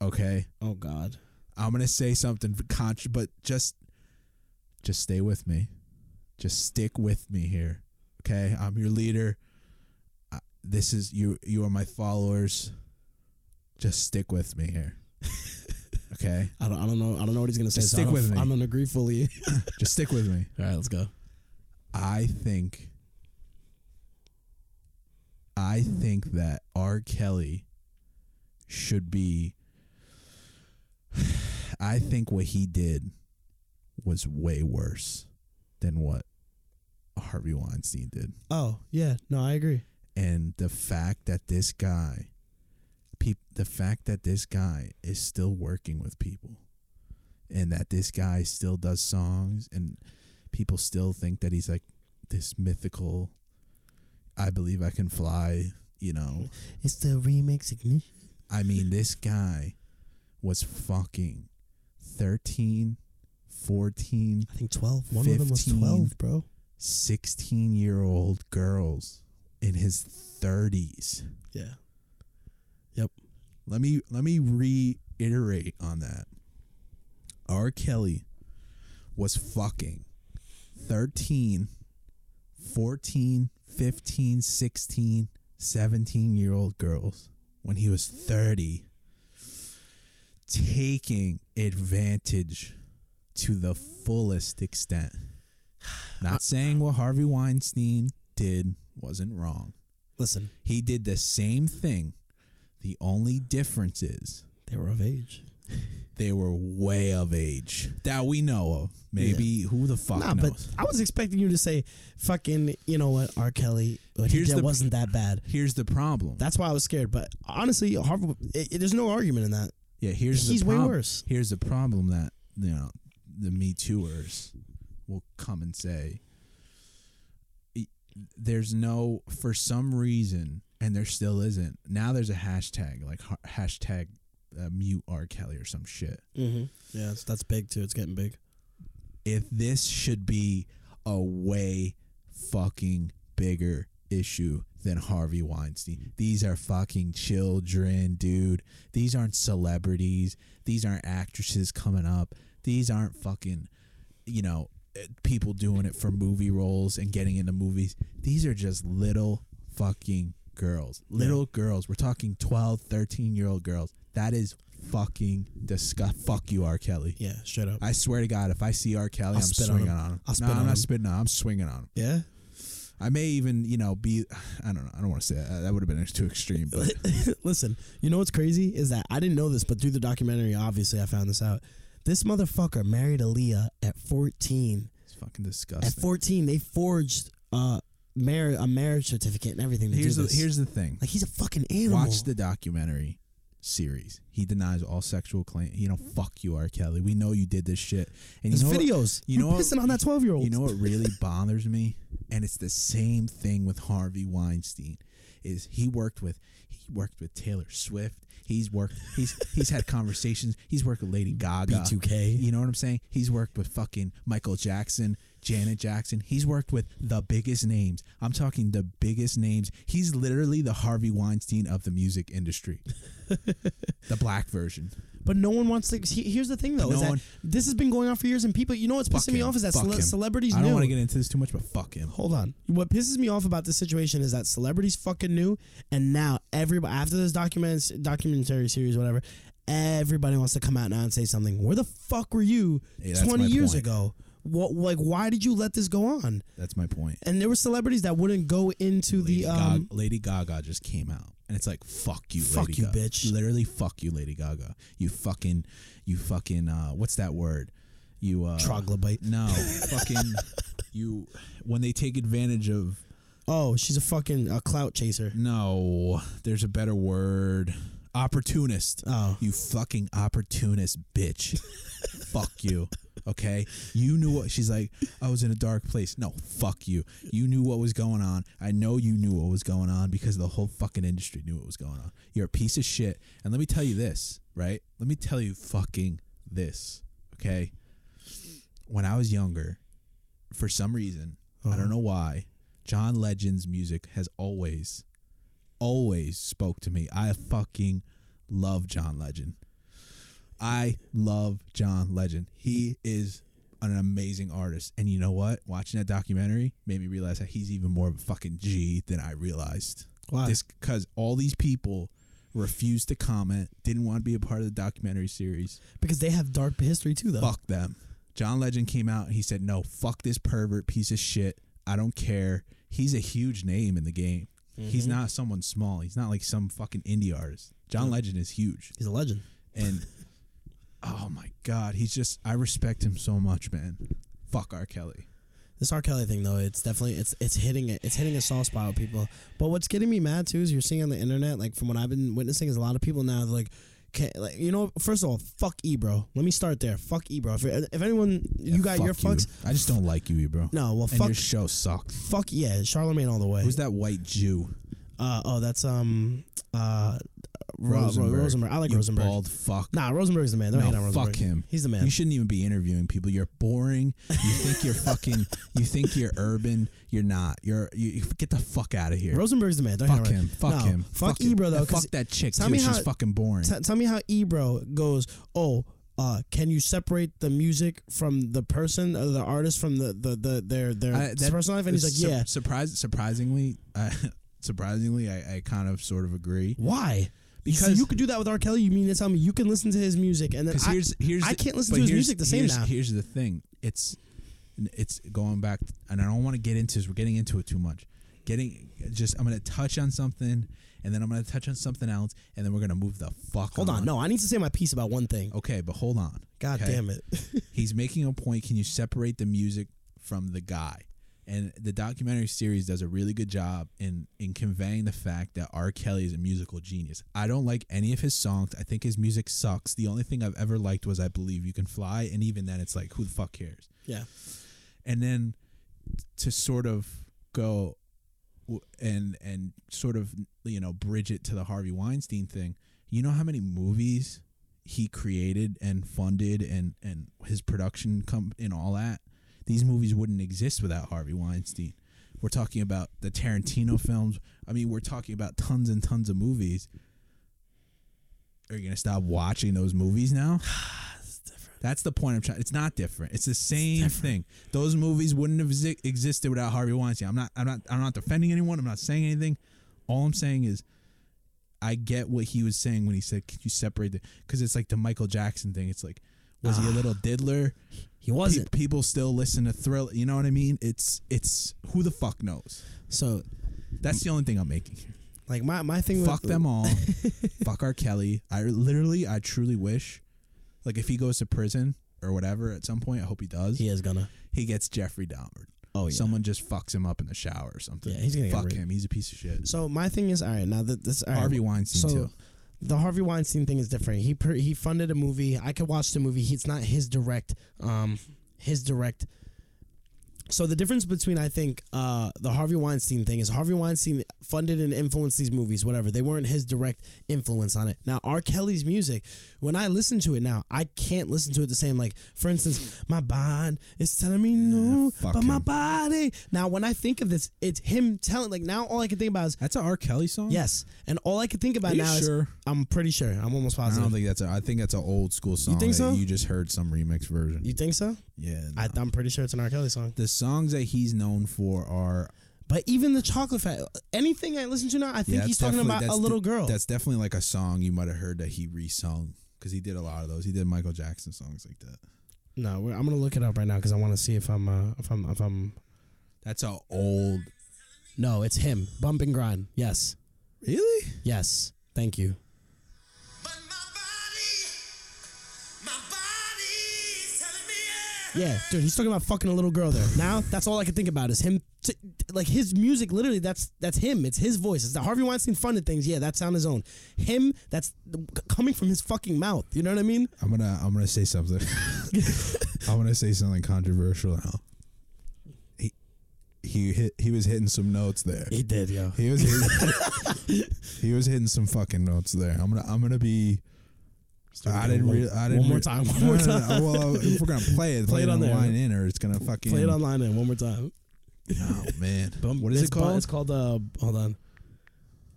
Speaker 6: Okay,
Speaker 7: oh God.
Speaker 6: I'm gonna say something contr, but just just stay with me. Just stick with me here. Okay, I'm your leader. I- This is you. You are my followers. Just stick with me here. Okay,
Speaker 7: I don't, I don't know. I don't know what he's gonna say.
Speaker 6: Just
Speaker 7: so
Speaker 6: stick
Speaker 7: I don't-
Speaker 6: with me.
Speaker 7: I'm gonna agree fully.
Speaker 6: just stick with me.
Speaker 7: All right, let's go.
Speaker 6: I think I think that R. Kelly should be I think what he did was way worse than what Harvey Weinstein did.
Speaker 7: Oh yeah, no, I agree.
Speaker 6: And the fact that this guy peop, the fact that this guy is still working with people and that this guy still does songs and people still think that he's like this mythical I believe I can fly, you know.
Speaker 7: It's the remix ignition.
Speaker 6: I mean, this guy was fucking 13, 14,
Speaker 7: I think twelve. One of them was
Speaker 6: 15.
Speaker 7: twelve, bro.
Speaker 6: 16 year old girls in his 30s.
Speaker 7: Yeah.
Speaker 6: Let me let me reiterate on that. R. Kelly was fucking 13, 14, 15, 16, 17 year old girls when he was 30, taking advantage to the fullest extent. Not saying what Harvey Weinstein did wasn't wrong.
Speaker 7: Listen,
Speaker 6: He did the same thing. The only difference is
Speaker 7: they were of age.
Speaker 6: they were way of age that we know of. Maybe who the fuck
Speaker 7: Nah,
Speaker 6: knows?
Speaker 7: but I was expecting you to say, "Fucking, you know what, R. Kelly, what he
Speaker 6: Here's
Speaker 7: did
Speaker 6: the-
Speaker 7: wasn't that bad."
Speaker 6: here's the problem.
Speaker 7: That's why I was scared. But honestly, Harvey, it, it- there's no argument in that.
Speaker 6: yeah, here's
Speaker 7: he's
Speaker 6: the
Speaker 7: way
Speaker 6: prob-
Speaker 7: worse.
Speaker 6: Here's the problem that you know the Me Tooers will come and say. "E- There's no for some reason, and there still isn't. Now there's a hashtag like ha- hashtag uh, mute R Kelly or some shit.
Speaker 7: Mm-hmm. Yeah, that's, that's big too. It's getting big.
Speaker 6: if this should be a way fucking bigger issue than Harvey Weinstein. These are fucking children, dude. These aren't celebrities. These aren't actresses coming up. These aren't fucking, you know, eh, people doing it for movie roles and getting into movies. These are just little fucking girls. Little girls. We're talking 12, 13 year old girls. That is fucking disgust. Fuck you, R. Kelly.
Speaker 7: Yeah, straight up.
Speaker 6: I swear to God, if I see R. Kelly, I'm
Speaker 7: spit on
Speaker 6: swinging
Speaker 7: him.
Speaker 6: on him.
Speaker 7: I'll spit
Speaker 6: no, I'm
Speaker 7: on him.
Speaker 6: not spitting on him. I'm swinging on him.
Speaker 7: yeah.
Speaker 6: I may even, you know, be. I don't know. I don't want to say that. That would have been too extreme. But
Speaker 7: Listen, you know what's crazy is that I didn't know this, but through the documentary, obviously, I found this out. This motherfucker married Aaliyah at 14.
Speaker 6: it's fucking
Speaker 7: At
Speaker 6: disgusting.
Speaker 7: 14, they forged uh, mar- a marriage certificate and everything. To
Speaker 6: Here's
Speaker 7: do
Speaker 6: the
Speaker 7: this.
Speaker 6: here's the thing.
Speaker 7: like he's a fucking animal.
Speaker 6: Watch the documentary series. He denies all sexual claim. You know, fuck you, R. Kelly. We know you did this shit. And
Speaker 7: There's
Speaker 6: you know what-
Speaker 7: videos.
Speaker 6: you
Speaker 7: I'm
Speaker 6: know what-
Speaker 7: pissing on that 12 year old.
Speaker 6: You know what really bothers me? And it's the same thing with Harvey Weinstein. Is he worked with he worked with Taylor Swift. He's worked he's he's had conversations. He's worked with Lady Gaga.
Speaker 7: B2K.
Speaker 6: You know what I'm saying? He's worked with fucking Michael Jackson, Janet Jackson. He's worked with the biggest names. I'm talking the biggest names. He's literally the Harvey Weinstein of the music industry. the black version.
Speaker 7: But no one wants to. he- Here's the thing, though,
Speaker 6: But
Speaker 7: is
Speaker 6: no
Speaker 7: that
Speaker 6: one-
Speaker 7: this has been going on for years, and people. You know what's pissing
Speaker 6: Fuck
Speaker 7: me
Speaker 6: him.
Speaker 7: off is that
Speaker 6: Fuck
Speaker 7: cele-
Speaker 6: him.
Speaker 7: celebrities.
Speaker 6: I don't
Speaker 7: knew.
Speaker 6: want to get into this too much, but fuck him.
Speaker 7: Hold on. What pisses me off about this situation is that celebrities fucking knew, and now everybody after this documents documentary series, whatever, everybody wants to come out now and say something. Where the fuck were you
Speaker 6: Yeah, that's
Speaker 7: twenty
Speaker 6: my
Speaker 7: years
Speaker 6: point.
Speaker 7: ago? What like why did you let this go on?
Speaker 6: That's my point.
Speaker 7: And there were celebrities that wouldn't go into
Speaker 6: Lady,
Speaker 7: the um.
Speaker 6: Gaga, Lady Gaga just came out, and it's like, fuck you,
Speaker 7: Fuck
Speaker 6: Lady
Speaker 7: you,
Speaker 6: Gaga.
Speaker 7: bitch.
Speaker 6: Literally, fuck you, Lady Gaga. You fucking, you fucking. Uh, what's that word? You uh,
Speaker 7: Troglobite.
Speaker 6: No, fucking. You when they take advantage of
Speaker 7: Oh, she's a fucking a clout chaser.
Speaker 6: no, there's a better word. Opportunist.
Speaker 7: Oh.
Speaker 6: You fucking opportunist bitch. fuck you. Okay? You knew what she's like, I was in a dark place. No, fuck you. You knew what was going on. I know you knew what was going on because the whole fucking industry knew what was going on. You're a piece of shit. And let me tell you this, right? Let me tell you fucking this. Okay? When I was younger, for some reason, I
Speaker 7: Uh-huh.
Speaker 6: don't know why, John Legend's music has always, always spoke to me. I fucking love John Legend. I love John Legend. He is an amazing artist. And you know what? Watching that documentary made me realize that he's even more of a fucking G than I realized.
Speaker 7: Why?
Speaker 6: This because all these people refused to comment, didn't want to be a part of the documentary series
Speaker 7: Because they have dark history too, though.
Speaker 6: fuck them. John Legend came out and he said, "No, fuck this pervert piece of shit. I don't care. He's a huge name in the game. He's
Speaker 7: Mm-hmm.
Speaker 6: not someone small. He's not like some fucking indie artist. John Legend is huge,
Speaker 7: He's a legend.
Speaker 6: and oh my god, he's just I respect him so much, man. Fuck R. Kelly.
Speaker 7: This R. Kelly thing though, it's definitely it's it's hitting it. It's hitting a soft spot with people. But what's getting me mad too is you're seeing on the internet, like from what I've been witnessing, is a lot of people now they're like, can, like you know, first of all, fuck Ebro. Let me start there. Fuck Ebro. If, if anyone you got
Speaker 6: Fuck
Speaker 7: your fucks,
Speaker 6: I just don't like you, bro.
Speaker 7: No, well,
Speaker 6: and
Speaker 7: fuck-
Speaker 6: your show sucked.
Speaker 7: fuck yeah, Charlemagne all the way.
Speaker 6: Who's that white Jew?
Speaker 7: Uh, oh, that's um, uh, Rosenberg. Rosenberg. I like
Speaker 6: you
Speaker 7: Rosenberg.
Speaker 6: Bald fuck.
Speaker 7: Nah, Rosenberg's the man. Don't hate on
Speaker 6: No,
Speaker 7: Rosenberg.
Speaker 6: fuck him.
Speaker 7: He's the man.
Speaker 6: You shouldn't even be interviewing people. You're boring. You think you're fucking. You think you're urban. You're not. You're. You, you- get the fuck out of here.
Speaker 7: Rosenberg's the man. Don't
Speaker 6: fuck
Speaker 7: hate on
Speaker 6: him.
Speaker 7: Rosenberg.
Speaker 6: Fuck
Speaker 7: No,
Speaker 6: him.
Speaker 7: Fuck,
Speaker 6: him.
Speaker 7: Ebro though.
Speaker 6: And
Speaker 7: 'cause
Speaker 6: Fuck that chick
Speaker 7: tell
Speaker 6: too.
Speaker 7: me
Speaker 6: She's
Speaker 7: how-
Speaker 6: fucking boring.
Speaker 7: T- tell me how Ebro goes. Oh, uh, can you separate the music from the person, or the artist from the the, the their their
Speaker 6: I- that-
Speaker 7: personal life? And uh, he's like,
Speaker 6: sur-
Speaker 7: yeah.
Speaker 6: Surprise, surprisingly, I surprisingly, I, I kind of sort of agree.
Speaker 7: Why? Because
Speaker 6: Because-
Speaker 7: you could do that with R. Kelly. You mean to tell me you can listen to his music and then
Speaker 6: Because
Speaker 7: I,
Speaker 6: here's here's
Speaker 7: I
Speaker 6: the-
Speaker 7: can't listen
Speaker 6: but
Speaker 7: to his
Speaker 6: here's-
Speaker 7: music the same
Speaker 6: here's-
Speaker 7: now.
Speaker 6: Here's the thing. It's it's going back, and I don't want to get into this. We're getting into it too much. Getting just I'm gonna touch on something, and then I'm gonna touch on something else, and then we're gonna move the fuck.
Speaker 7: Hold on, no, I need to say my piece about one thing.
Speaker 6: Okay, but hold on.
Speaker 7: God
Speaker 6: Oh, okay?
Speaker 7: damn it!
Speaker 6: He's making a point. Can you separate the music from the guy? And the documentary series does a really good job in in conveying the fact that R. Kelly is a musical genius. I don't like any of his songs. I think his music sucks. The only thing I've ever liked was I Believe You Can Fly, and even then, it's like who the fuck cares?
Speaker 7: yeah,
Speaker 6: and then to sort of go w- and and sort of you know bridge it to the Harvey Weinstein thing. You know how many movies he created and funded and and his production com and all that. These movies wouldn't exist without Harvey Weinstein. We're talking about the Tarantino films. I mean, we're talking about tons and tons of movies. Are you gonna stop watching those movies now? That's the point I'm trying. It's not different. It's the same thing. Those movies wouldn't have exi- existed without Harvey Weinstein. I'm not. I'm not. I'm not defending anyone. I'm not saying anything. All I'm saying is, I get what he was saying when he said, "Can you separate the?" Because it's like the Michael Jackson thing. It's like, was he a little diddler?
Speaker 7: Ah. He wasn't.
Speaker 6: Pe- people still listen to Thrill. You know what I mean? It's it's who the fuck knows.
Speaker 7: So,
Speaker 6: That's the only thing I'm making here.
Speaker 7: like my my thing.
Speaker 6: Fuck
Speaker 7: with,
Speaker 6: them all. fuck R. Kelly. I literally, I truly wish, like, if he goes to prison or whatever at some point, I hope he does.
Speaker 7: He is gonna.
Speaker 6: He gets Jeffrey Dahmer.
Speaker 7: Oh, yeah.
Speaker 6: Someone just fucks him up in the shower or something.
Speaker 7: Yeah, he's gonna get
Speaker 6: fuck
Speaker 7: raped.
Speaker 6: him. He's a piece of shit.
Speaker 7: So my thing is all right. Now that this all right,
Speaker 6: Harvey Weinstein,
Speaker 7: so
Speaker 6: too.
Speaker 7: The Harvey Weinstein thing is different. He per, he funded a movie. I could watch the movie. He, it's not his direct. Um, his direct. So the difference between I think uh, the Harvey Weinstein thing is Harvey Weinstein funded and influenced these movies, whatever. They weren't his direct influence on it. Now R. Kelly's music, when I listen to it now, I can't listen to it the same. Like for instance, my bond is telling me no,
Speaker 6: fuck
Speaker 7: but my
Speaker 6: him.
Speaker 7: body. Now when I think of this, it's him telling. Like now all I can think about is
Speaker 6: That's a R. Kelly song.
Speaker 7: Yes, and all I could think about
Speaker 6: Are you
Speaker 7: now is
Speaker 6: sure?
Speaker 7: I'm pretty sure. I'm almost
Speaker 6: I
Speaker 7: positive.
Speaker 6: don't think that's. A, I think that's an old school song.
Speaker 7: think
Speaker 6: that
Speaker 7: so?
Speaker 6: You just heard some remix version.
Speaker 7: you think so?
Speaker 6: yeah.
Speaker 7: I,
Speaker 6: nah.
Speaker 7: I'm pretty sure it's an R. Kelly song.
Speaker 6: the songs that he's known for are.
Speaker 7: But even the chocolate fat, anything I listen to now, I think
Speaker 6: yeah,
Speaker 7: he's
Speaker 6: that's
Speaker 7: talking
Speaker 6: definitely-
Speaker 7: about a
Speaker 6: that's
Speaker 7: little
Speaker 6: de-
Speaker 7: girl.
Speaker 6: That's definitely like a song you might have heard that he resung because he did a lot of those. He did Michael Jackson songs like that.
Speaker 7: no, we're, I'm gonna look it up right now because I want to see if I'm uh, if I'm if I'm.
Speaker 6: That's an old.
Speaker 7: No, it's him. Bump and grind. Yes,
Speaker 6: Really?
Speaker 7: yes. Thank you.
Speaker 2: But my body, my body's telling me yeah.
Speaker 7: Yeah, dude, he's talking about fucking a little girl there. Now that's all I can think about is him, t- t- like his music. Literally, that's that's him. It's his voice. It's the Harvey Weinstein funded things. Yeah, that's on his own. Him, that's c- coming from his fucking mouth. You know what I mean?
Speaker 6: I'm gonna I'm gonna say something. I'm gonna say something controversial now. He he hit he was hitting some notes there.
Speaker 7: He did, yo.
Speaker 6: He was hitting, he was hitting some fucking notes there. I'm gonna I'm gonna be. I didn't. Re- I didn't.
Speaker 7: One more
Speaker 6: re-
Speaker 7: time, one
Speaker 6: No,
Speaker 7: more
Speaker 6: no, no, no.
Speaker 7: time.
Speaker 6: Well, if we're gonna play it, play,
Speaker 7: it
Speaker 6: it
Speaker 7: on
Speaker 6: on the
Speaker 7: there.
Speaker 6: line in, or it's gonna fucking.
Speaker 7: Play it online and one more time.
Speaker 6: Oh man,
Speaker 7: Bump,
Speaker 6: what is
Speaker 7: it's
Speaker 6: it
Speaker 7: bu-
Speaker 6: called?
Speaker 7: It's called uh, hold on.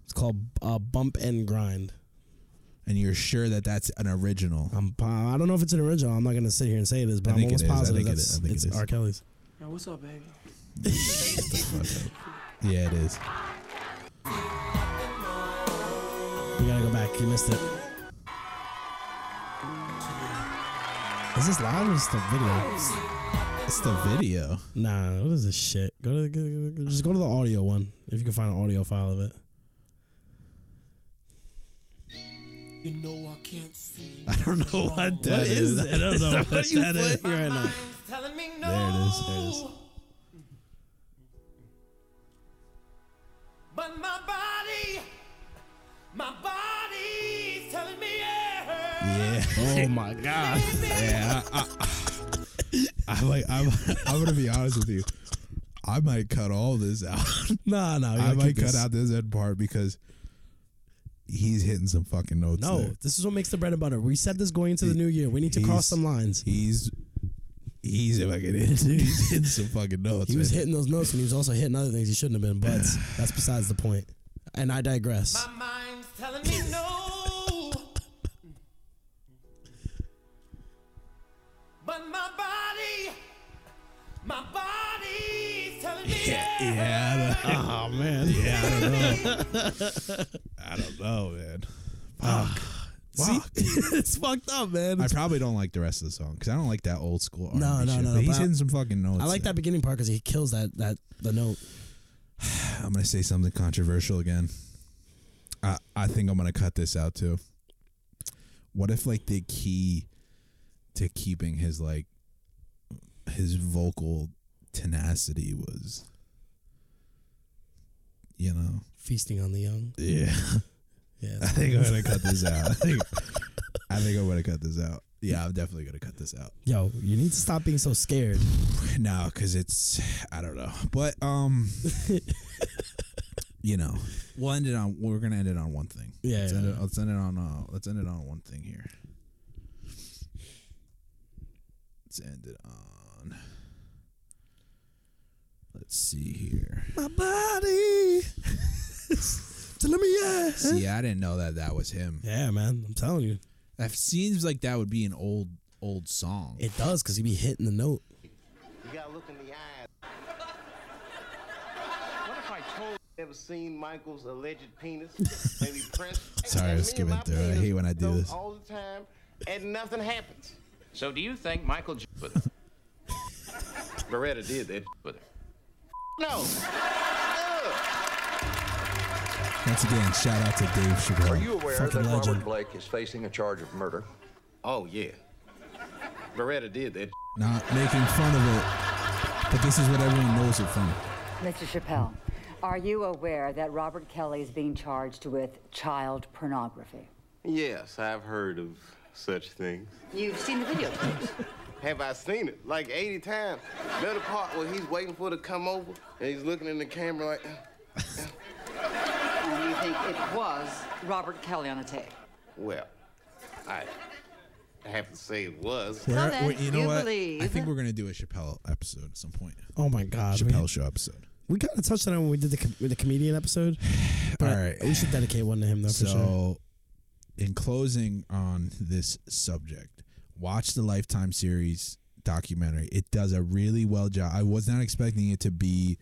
Speaker 7: It's called uh, bump and grind.
Speaker 6: and you're sure that that's an original?
Speaker 7: I'm. po- Uh, I don't know if it's an original. I'm not gonna sit here and say it is, but
Speaker 6: Um, I
Speaker 7: I'm
Speaker 6: think it is.
Speaker 7: almost
Speaker 6: I
Speaker 7: positive
Speaker 6: think it
Speaker 7: that's-
Speaker 6: is. I think it
Speaker 7: it's
Speaker 6: is.
Speaker 7: R. Kelly's.
Speaker 6: yeah, it is.
Speaker 7: You gotta go back. You missed it. Is this live or is the video?
Speaker 6: It's the video.
Speaker 7: Nah, what is this shit? Go to the, go, go- go- just go to the audio one if you can find an audio file of it.
Speaker 2: You know I can't see.
Speaker 6: I don't know what that is.
Speaker 7: that? I don't know what that is right now.
Speaker 2: Telling me no.
Speaker 6: There it is. There it is.
Speaker 2: But my body, my body's telling me yeah.
Speaker 6: Yeah.
Speaker 7: Oh my god.
Speaker 6: Yeah, I, I, I like. I'm, I'm gonna be honest with you. I might cut all this out.
Speaker 7: Nah, nah. we
Speaker 6: I
Speaker 7: gotta
Speaker 6: might
Speaker 7: keep
Speaker 6: cut
Speaker 7: this.
Speaker 6: out this end part because he's hitting some fucking notes.
Speaker 7: No,
Speaker 6: there.
Speaker 7: this is what makes the bread and butter. We said this going into the new year. We need to
Speaker 6: He's-
Speaker 7: cross some lines.
Speaker 6: he's he's fucking he's hitting some fucking notes.
Speaker 7: He was
Speaker 6: man.
Speaker 7: hitting those notes and he was also hitting other things he shouldn't have been, but that's besides the point. And I digress.
Speaker 2: My mind's telling me no. but my body, my body's telling me
Speaker 6: Yeah, yeah, I don't,
Speaker 7: Oh man.
Speaker 6: yeah, I don't know. I don't know, man. Fuck. Fuck.
Speaker 7: it's fucked up, man.
Speaker 6: I probably don't like the rest of the song because I don't like that old school R&B
Speaker 7: No, no,
Speaker 6: shit,
Speaker 7: no,
Speaker 6: but he's
Speaker 7: but I-
Speaker 6: hitting some fucking notes.
Speaker 7: I like
Speaker 6: there.
Speaker 7: that beginning part because he kills that that the note.
Speaker 6: I'm gonna say something controversial again. I I think I'm gonna cut this out too. What if like the key to keeping his like his vocal tenacity was you know
Speaker 7: Feasting on the young.
Speaker 6: yeah
Speaker 7: Yeah.
Speaker 6: I
Speaker 7: it's-
Speaker 6: think I'm gonna cut this out I think I think I'm gonna cut this out yeah I'm definitely gonna cut this out
Speaker 7: Yo, you need to stop being so scared.
Speaker 6: no because it's I don't know but um you know we'll end it on we're gonna end it on one thing
Speaker 7: Yeah.
Speaker 6: Let's,
Speaker 7: yeah.
Speaker 6: end it, let's end it on uh, let's end it on one thing here. Let's end it on Let's see here.
Speaker 7: My body. Tell me, yeah.
Speaker 6: See, I didn't know that that was him.
Speaker 7: Yeah, man. I'm telling you.
Speaker 6: That seems like that would be an old old song.
Speaker 7: It does because he be hitting the note.
Speaker 8: You gotta look in the eyes. what if I told you I've never seen Michael's alleged penis? Maybe Prince.
Speaker 6: Sorry, I'm
Speaker 8: And me
Speaker 6: skipping
Speaker 8: and my
Speaker 6: through it. I
Speaker 8: penis
Speaker 6: hate when I do
Speaker 8: go
Speaker 6: this.
Speaker 8: All the time, and nothing happens.
Speaker 9: So do you think Michael J- with her?
Speaker 4: Beretta did that.
Speaker 9: With her.
Speaker 8: No.
Speaker 6: Once again, shout out to Dave Chappelle.
Speaker 10: Are you aware that
Speaker 7: Fucking legend.
Speaker 10: Robert Blake is facing a charge of murder?
Speaker 4: Oh yeah. Beretta did that.
Speaker 6: Not making fun of it, but this is what everyone knows it from.
Speaker 11: Mr. Chappelle, are you aware that Robert Kelly is being charged with child pornography?
Speaker 8: Yes, I've heard of such things.
Speaker 11: You've seen the video.
Speaker 8: Have I seen it? Like 80 times. Know the part where he's waiting for it to come over and he's looking in the camera like,
Speaker 11: and you think it was Robert Kelly on the tape?
Speaker 8: well, I have to say it was.
Speaker 6: We're-
Speaker 11: then,
Speaker 6: we- you know
Speaker 11: you
Speaker 6: what? I
Speaker 11: believe.
Speaker 6: think we're gonna do a Chappelle episode at some point.
Speaker 7: Oh my God. we-
Speaker 6: Chappelle show episode.
Speaker 7: We kind of touched on it when we did the com- with the comedian episode. But
Speaker 6: All right.
Speaker 7: we should dedicate one to him though. For
Speaker 6: So,
Speaker 7: sure.
Speaker 6: in closing on this subject, watch the Lifetime series documentary. It does a really well job. I was not expecting it to be.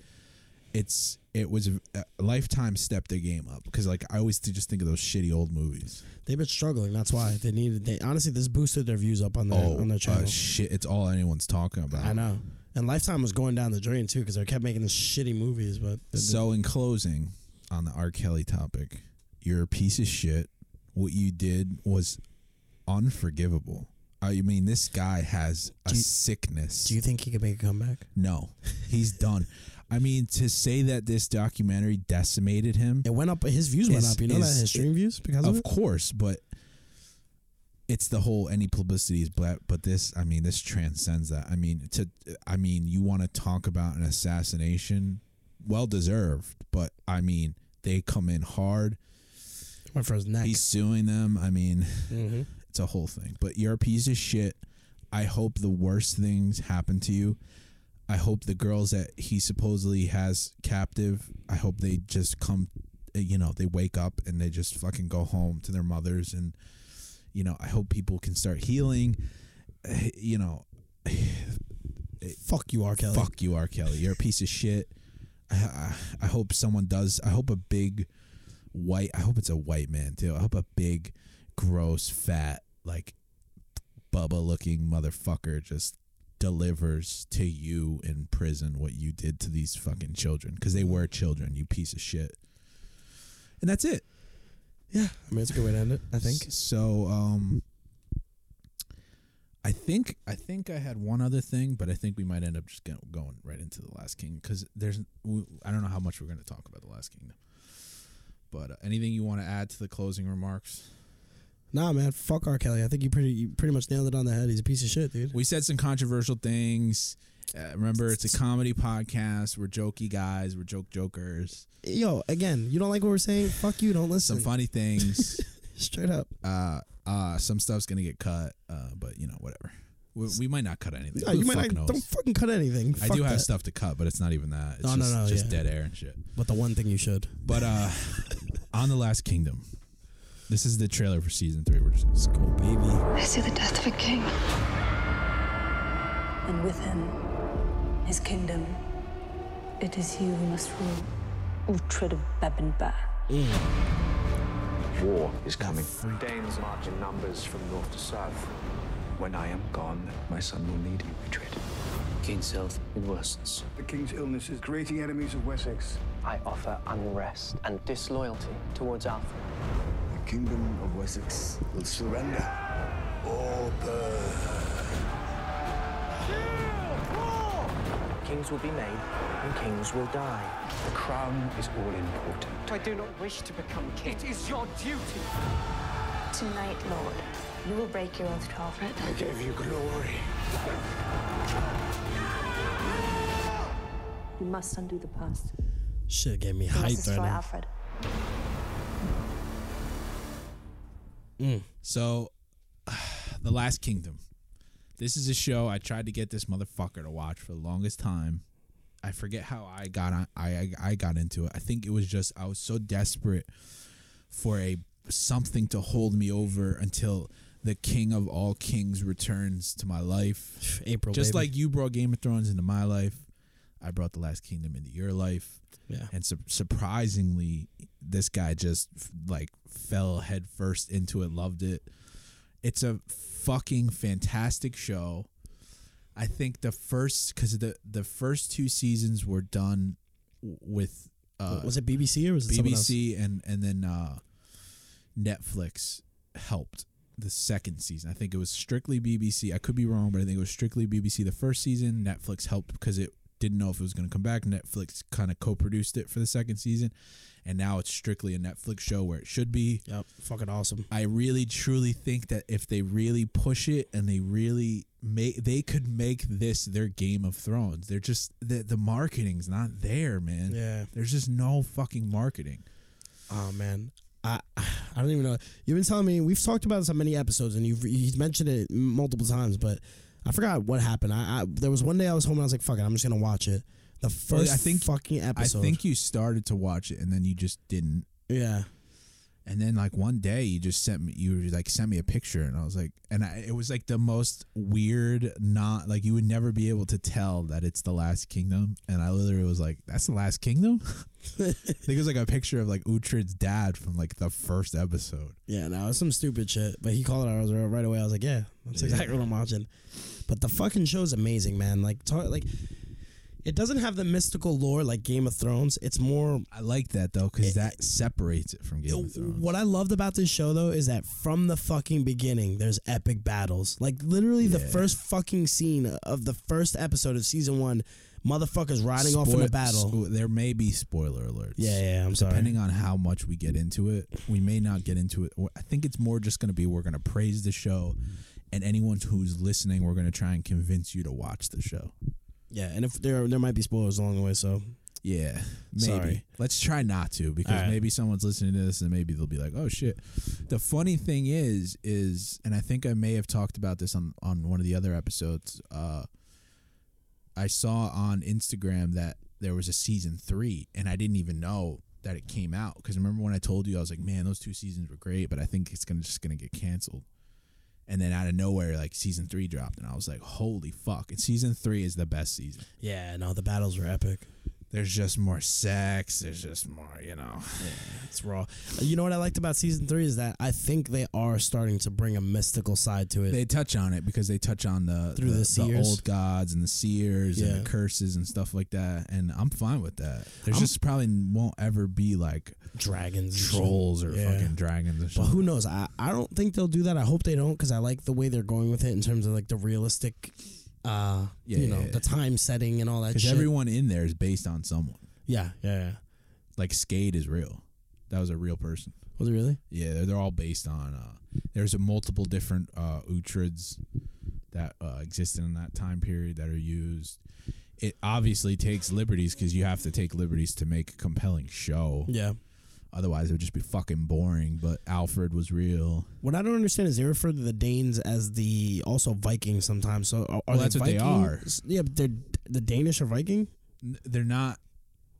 Speaker 6: It's it was uh, Lifetime stepped their game up because like I always th- just think of those shitty old movies.
Speaker 7: they've been struggling. That's why they needed. They honestly, this boosted their views up on their
Speaker 6: Oh
Speaker 7: on their
Speaker 6: uh,
Speaker 7: channel.
Speaker 6: shit! It's all anyone's talking about.
Speaker 7: I know. And Lifetime was going down the drain too because they kept making these shitty movies. But
Speaker 6: So, in closing, on the R. Kelly topic, you're a piece of shit. What you did was unforgivable. I mean, this guy has a sickness.
Speaker 7: do you think he could make a comeback?
Speaker 6: no, he's done. I mean, to say that this documentary decimated him,
Speaker 7: It went up. His views went
Speaker 6: Is-
Speaker 7: up. You know
Speaker 6: is-
Speaker 7: that his stream views because of,
Speaker 6: of
Speaker 7: it.
Speaker 6: course, but it's the whole any publicity is black. But this, I mean, this transcends that. I mean, to I mean, you want to talk about an assassination, well deserved, but I mean, they come in hard.
Speaker 7: Went for his neck.
Speaker 6: He's suing them. I mean,
Speaker 7: Mm-hmm.
Speaker 6: it's a whole thing. But E you're a piece of shit. I hope the worst things happen to you. I hope the girls that he supposedly has captive, I hope they just come, eh, you know, they wake up and they just fucking go home to their mothers. And, you know, I hope people can start healing. Eh, You know,
Speaker 7: Fuck you, R. Kelly.
Speaker 6: fuck you, R. Kelly. You're a piece of shit. I, I, I hope someone does. I hope a big white. I hope it's a white man too. I hope a big, gross, fat, like Bubba looking motherfucker just delivers to you in prison what you did to these fucking children because they were children. You piece of shit. And that's it.
Speaker 7: I mean, it's a good way to end it. I think.
Speaker 6: S- so. Um, I think I think I had one other thing, but I think we might end up just go- going right into the Last King because there's w- I don't know how much we're going to talk about the Last Kingdom. But uh, anything you want to add to the closing remarks?
Speaker 7: Nah, man. Fuck R. Kelly. I think you pretty you pretty much nailed it on the head. He's a piece of shit, dude.
Speaker 6: We said some controversial things. Uh, remember, it's a comedy podcast. We're jokey guys. We're joke jokers.
Speaker 7: Yo, again, you don't like what we're saying? Fuck you. Don't listen.
Speaker 6: Some funny things.
Speaker 7: Straight up.
Speaker 6: uh, uh, some stuff's gonna get cut. Uh, but you know, whatever. We, we might not cut anything.
Speaker 7: No,
Speaker 6: Who
Speaker 7: you
Speaker 6: the
Speaker 7: might
Speaker 6: fuck
Speaker 7: not,
Speaker 6: knows?
Speaker 7: don't fucking cut anything.
Speaker 6: I
Speaker 7: Fuck
Speaker 6: do have
Speaker 7: that.
Speaker 6: stuff to cut, but it's not even that. It's
Speaker 7: No, no,
Speaker 6: just,
Speaker 7: no,
Speaker 6: just
Speaker 7: yeah.
Speaker 6: dead air and shit.
Speaker 7: But the one thing you should.
Speaker 6: But uh on the Last Kingdom, this is the trailer for season three. We're just let's go, baby.
Speaker 11: I see the death of a king. And with him, his kingdom. It is you who must rule. Uhtred of Babinba.
Speaker 10: War is coming.
Speaker 2: Danes march in numbers from north to south.
Speaker 10: When I am gone, my son will need you, Richard.
Speaker 9: King's health worsens.
Speaker 2: The king's illness is creating enemies of Wessex.
Speaker 9: I offer unrest and disloyalty towards Alfred.
Speaker 10: The kingdom of Wessex will surrender. Or
Speaker 9: Kings will be made and kings will die.
Speaker 10: The crown is all important.
Speaker 9: I do not wish to become king. It is your duty.
Speaker 11: Tonight, Lord, you will break your oath to Alfred.
Speaker 10: I gave you glory.
Speaker 11: You must undo the past.
Speaker 7: Shit gave me
Speaker 11: You must
Speaker 7: hype right
Speaker 11: destroy
Speaker 7: now.
Speaker 11: Alfred.
Speaker 6: So The Last Kingdom. This is a show I tried to get this motherfucker to watch for the longest time. I forget how I got on. I, I I got into it. I think it was just I was so desperate for a something to hold me over until the King of all kings returns to my life.
Speaker 7: April,
Speaker 6: just
Speaker 7: baby.
Speaker 6: like you brought Game of Thrones into my life, I brought The Last Kingdom into your life.
Speaker 7: Yeah.
Speaker 6: And su- surprisingly, this guy just f- like fell headfirst into it, loved it. It's a fucking fantastic show. I think the first because the the first two seasons were done w- with uh,
Speaker 7: was it BBC or was it someone else?
Speaker 6: BBC and and then uh, Netflix helped the second season. I think it was strictly BBC. I could be wrong, but I think it was strictly BBC the first season. Netflix helped because it didn't know if it was going to come back. Netflix kind of co-produced it for the second season, and now it's strictly a Netflix show where it should be.
Speaker 7: Yep, fucking awesome.
Speaker 6: I really truly think that if they really push it and they really make, they could make this their Game of Thrones. They're just the the marketing's not there, man.
Speaker 7: Yeah.
Speaker 6: there's just no fucking marketing.
Speaker 7: Oh man, I I don't even know. You've been telling me we've talked about this on many episodes, and you've you've mentioned it multiple times, but I forgot what happened. I, I there was one day I was home and I was like, "Fuck it, I'm just gonna watch it." The first
Speaker 6: Well, I
Speaker 7: I
Speaker 6: think-
Speaker 7: think, fucking episode.
Speaker 6: I think you started to watch it and then you just didn't.
Speaker 7: yeah.
Speaker 6: And then like one day you just sent me you were like sent me a picture and I was like and I, it was like the most weird not like you would never be able to tell that it's the last kingdom and I literally was like that's the last kingdom. I think it was like a picture of like Uhtred's dad from like the first episode.
Speaker 7: Yeah, no, it's some stupid shit. But he called it out I was right- right away. I was like, yeah, that's exactly what I'm watching. But the fucking show's amazing, man. Like, ta like, it doesn't have the mystical lore like Game of Thrones. It's more.
Speaker 6: I like that though cuz that separates it from Game of Thrones.
Speaker 7: What I loved about this show though is that from the fucking beginning, there's epic battles. Like literally, the first fucking scene of the first episode of season one, motherfuckers riding off in
Speaker 6: Spoil-
Speaker 7: a battle.
Speaker 6: spo- there may be spoiler alerts.
Speaker 7: yeah, yeah, I'm sorry.
Speaker 6: depending on how much we get into it, we may not get into it. I think it's more just going to be we're going to praise the show, and anyone who's listening, we're going to try and convince you to watch the show.
Speaker 7: yeah, and if there there might be spoilers along the way, so
Speaker 6: Yeah, maybe.
Speaker 7: Sorry.
Speaker 6: Let's try not to because
Speaker 7: All right.
Speaker 6: maybe someone's listening to this and maybe they'll be like, "Oh shit." The funny thing is, is and I think I may have talked about this on on one of the other episodes. Uh, I saw on Instagram that there was a season three, and I didn't even know that it came out because remember when I told you I was like, "Man, those two seasons were great," but I think it's gonna just gonna get canceled. And then out of nowhere, like season three dropped, and I was like, "Holy fuck!" And season three is the best season
Speaker 7: yeah, no, the battles were epic.
Speaker 6: there's just more sex. There's just more, you know.
Speaker 7: It's raw. You know what I liked about season three is that I think they are starting to bring a mystical side to it.
Speaker 6: They touch on it because they touch on the
Speaker 7: Through the seers.
Speaker 6: old gods and the seers and
Speaker 7: Yeah.
Speaker 6: the curses and stuff like that. And I'm fine with that. There's just probably won't ever be like
Speaker 7: Dragons, and shit.
Speaker 6: trolls or
Speaker 7: Yeah.
Speaker 6: fucking dragons or
Speaker 7: But
Speaker 6: something.
Speaker 7: who knows? I, I don't think they'll do that. I hope they don't because I like the way they're going with it in terms of like the realistic, uh,
Speaker 6: Yeah,
Speaker 7: you
Speaker 6: yeah,
Speaker 7: know,
Speaker 6: yeah.
Speaker 7: the time setting and all that.
Speaker 6: Because
Speaker 7: Shit.
Speaker 6: everyone in there is based on someone.
Speaker 7: yeah, yeah, yeah.
Speaker 6: Like Skade is real. That was a real person.
Speaker 7: Was it really?
Speaker 6: Yeah, they're, they're all based on. Uh, there's a multiple different uh, Uhtred's that uh, existed in that time period that are used. It obviously takes liberties because you have to take liberties to make a compelling show.
Speaker 7: Yeah.
Speaker 6: Otherwise, it would just be fucking boring. But Alfred was real.
Speaker 7: What I don't understand is they refer to the Danes as the also Vikings sometimes. So are, are
Speaker 6: Well, that's
Speaker 7: they
Speaker 6: what they
Speaker 7: Viking?
Speaker 6: are.
Speaker 7: Yeah, but they're the Danish are Viking.
Speaker 6: N- They're not.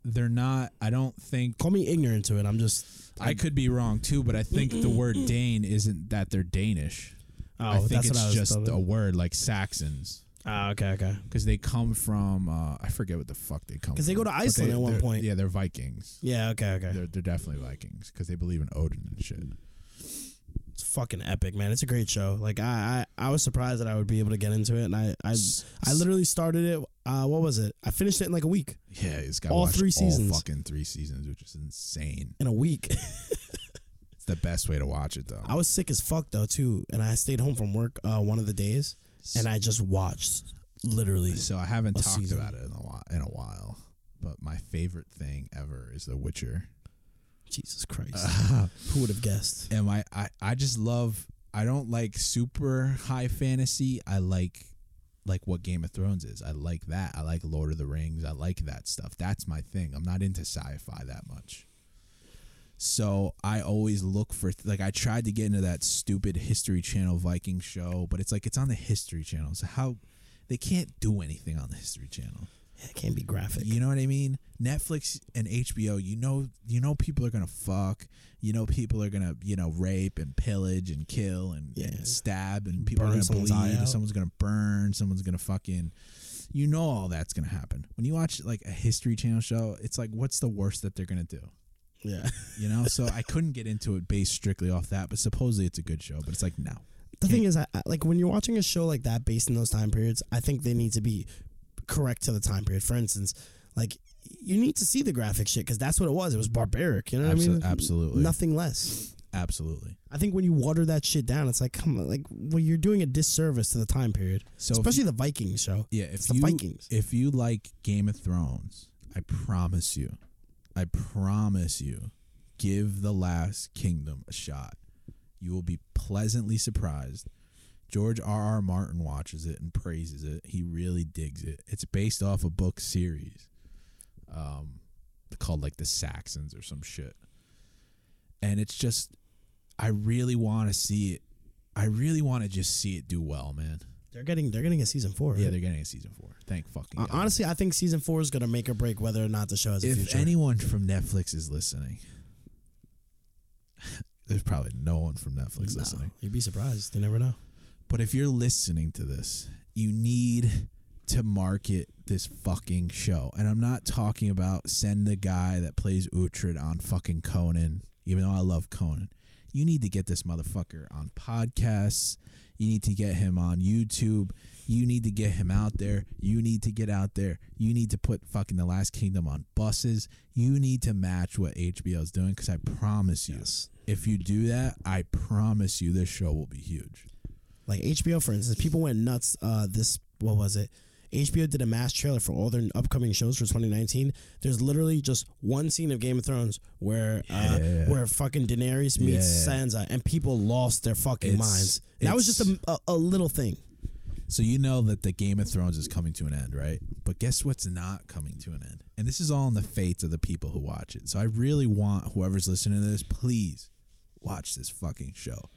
Speaker 6: They're not. I don't think.
Speaker 7: Call me ignorant to it. I'm just.
Speaker 6: I could be wrong too, but I think the word Dane isn't that they're Danish.
Speaker 7: Oh,
Speaker 6: I think
Speaker 7: that's
Speaker 6: it's
Speaker 7: what I was
Speaker 6: just
Speaker 7: thinking.
Speaker 6: a word like Saxons.
Speaker 7: Ah, okay, okay.
Speaker 6: because they come from uh, I forget what the fuck they come.
Speaker 7: 'Cause they go
Speaker 6: from,
Speaker 7: to
Speaker 6: but
Speaker 7: Iceland at one
Speaker 6: they're-
Speaker 7: point.
Speaker 6: Yeah, they're Vikings.
Speaker 7: Yeah, okay, okay.
Speaker 6: They're they're definitely Vikings because they believe in Odin and shit.
Speaker 7: it's fucking epic, man. It's a great show. Like I, I, I was surprised that I would be able to get into it, and I, I, I literally started it. Uh, what was it? I finished it in like a week.
Speaker 6: Yeah, it's got
Speaker 7: All
Speaker 6: watched
Speaker 7: three seasons.
Speaker 6: All fucking three seasons, which is insane.
Speaker 7: In a week,
Speaker 6: It's the best way to watch it though.
Speaker 7: I was sick as fuck though too, and I stayed home from work uh, one of the days, and I just watched literally.
Speaker 6: so I haven't
Speaker 7: a
Speaker 6: talked
Speaker 7: season.
Speaker 6: about it in a while, in a while. But my favorite thing ever is The Witcher.
Speaker 7: Jesus Christ,
Speaker 6: uh,
Speaker 7: who would have guessed?
Speaker 6: And my I I just love. I don't like super high fantasy. I like like what Game of Thrones is. I like that. I like Lord of the Rings. I like that stuff. That's my thing. I'm not into sci-fi that much. So I always look for like I tried to get into that stupid History Channel Viking show, but it's like it's on the History Channel. So how they can't do anything on the History Channel.
Speaker 7: It can't be graphic.
Speaker 6: You know what I mean? Netflix and HBO, you know, you know people are gonna fuck. You know people are gonna, you know, rape and pillage and kill and,
Speaker 7: Yeah.
Speaker 6: and stab and people
Speaker 7: Burn
Speaker 6: are gonna
Speaker 7: someone's eye
Speaker 6: bleed.
Speaker 7: out.
Speaker 6: Someone's gonna burn. Someone's gonna fucking. You know all that's gonna happen when you watch like a History Channel show. It's like, what's the worst that they're gonna do?
Speaker 7: Yeah.
Speaker 6: You know, so I couldn't get into it based strictly off that, but supposedly it's a good show. But it's like no,
Speaker 7: The thing is, I, I- like when you're watching a show like that based in those time periods, I think they need to be correct to the time period. For instance, like you need to see the graphic shit because that's what it was. It was barbaric. You know what I
Speaker 6: Absol-
Speaker 7: mean?
Speaker 6: absolutely.
Speaker 7: Nothing less.
Speaker 6: absolutely.
Speaker 7: I think when you water that shit down, it's like come on, like well, you're doing a disservice to the time period.
Speaker 6: So
Speaker 7: So
Speaker 6: if
Speaker 7: especially the Viking show.
Speaker 6: Yeah, if
Speaker 7: It's the
Speaker 6: you
Speaker 7: Vikings.
Speaker 6: if you like Game of Thrones, I promise you, I promise you, give The Last Kingdom a shot. You will be pleasantly surprised. George R. R. Martin watches it and praises it. He really digs it. It's based off a book series, um, called like the Saxons or some shit. And it's just, I really want to see it. I really want to just see it do well, man.
Speaker 7: They're getting they're getting a season four.
Speaker 6: Yeah,
Speaker 7: right?
Speaker 6: they're getting a season four. Thank fucking
Speaker 7: Uh,
Speaker 6: God.
Speaker 7: honestly, I think season four is gonna make or break whether or not the show has a
Speaker 6: if
Speaker 7: future.
Speaker 6: anyone from Netflix is listening, there's probably no one from Netflix
Speaker 7: No,
Speaker 6: listening.
Speaker 7: you'd be surprised. You never know.
Speaker 6: But if you're listening to this, you need to market this fucking show. And I'm not talking about send the guy that plays Uhtred on fucking Conan, even though I love Conan. You need to get this motherfucker on podcasts. You need to get him on YouTube. You need to get him out there. You need to get out there. You need to put fucking The Last Kingdom on buses. You need to match what HBO is doing because I promise you, if you do that, I promise you this show will be huge.
Speaker 7: Like HBO, for instance, people went nuts. Uh, this what was it? HBO did a mass trailer for all their upcoming shows for 2019. There's literally just one scene of Game of Thrones where uh, where fucking Daenerys meets
Speaker 6: Yeah.
Speaker 7: Sansa, and people lost their fucking
Speaker 6: It's-
Speaker 7: minds. That was just a,
Speaker 6: it's-
Speaker 7: a, a little thing.
Speaker 6: So you know that the Game of Thrones is coming to an end, right? But guess what's not coming to an end? And this is all in the fates of the people who watch it. So I really want whoever's listening to this, please watch this fucking show.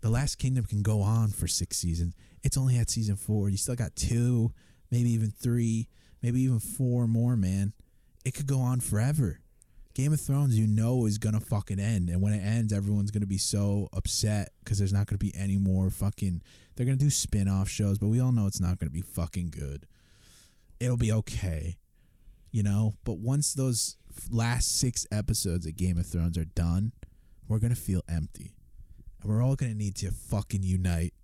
Speaker 6: The Last Kingdom can go on for six seasons. It's only at season four. You still got two, maybe even three, maybe even four more, man. It could go on forever. Game of Thrones, you know, is gonna fucking end, and when it ends, everyone's gonna be so upset because there's not gonna be any more fucking. They're gonna do spin-off shows, but we all know it's not gonna be fucking good. It'll be okay, you know. But once those f- last six episodes of Game of Thrones are done, we're gonna feel empty, and we're all gonna need to fucking unite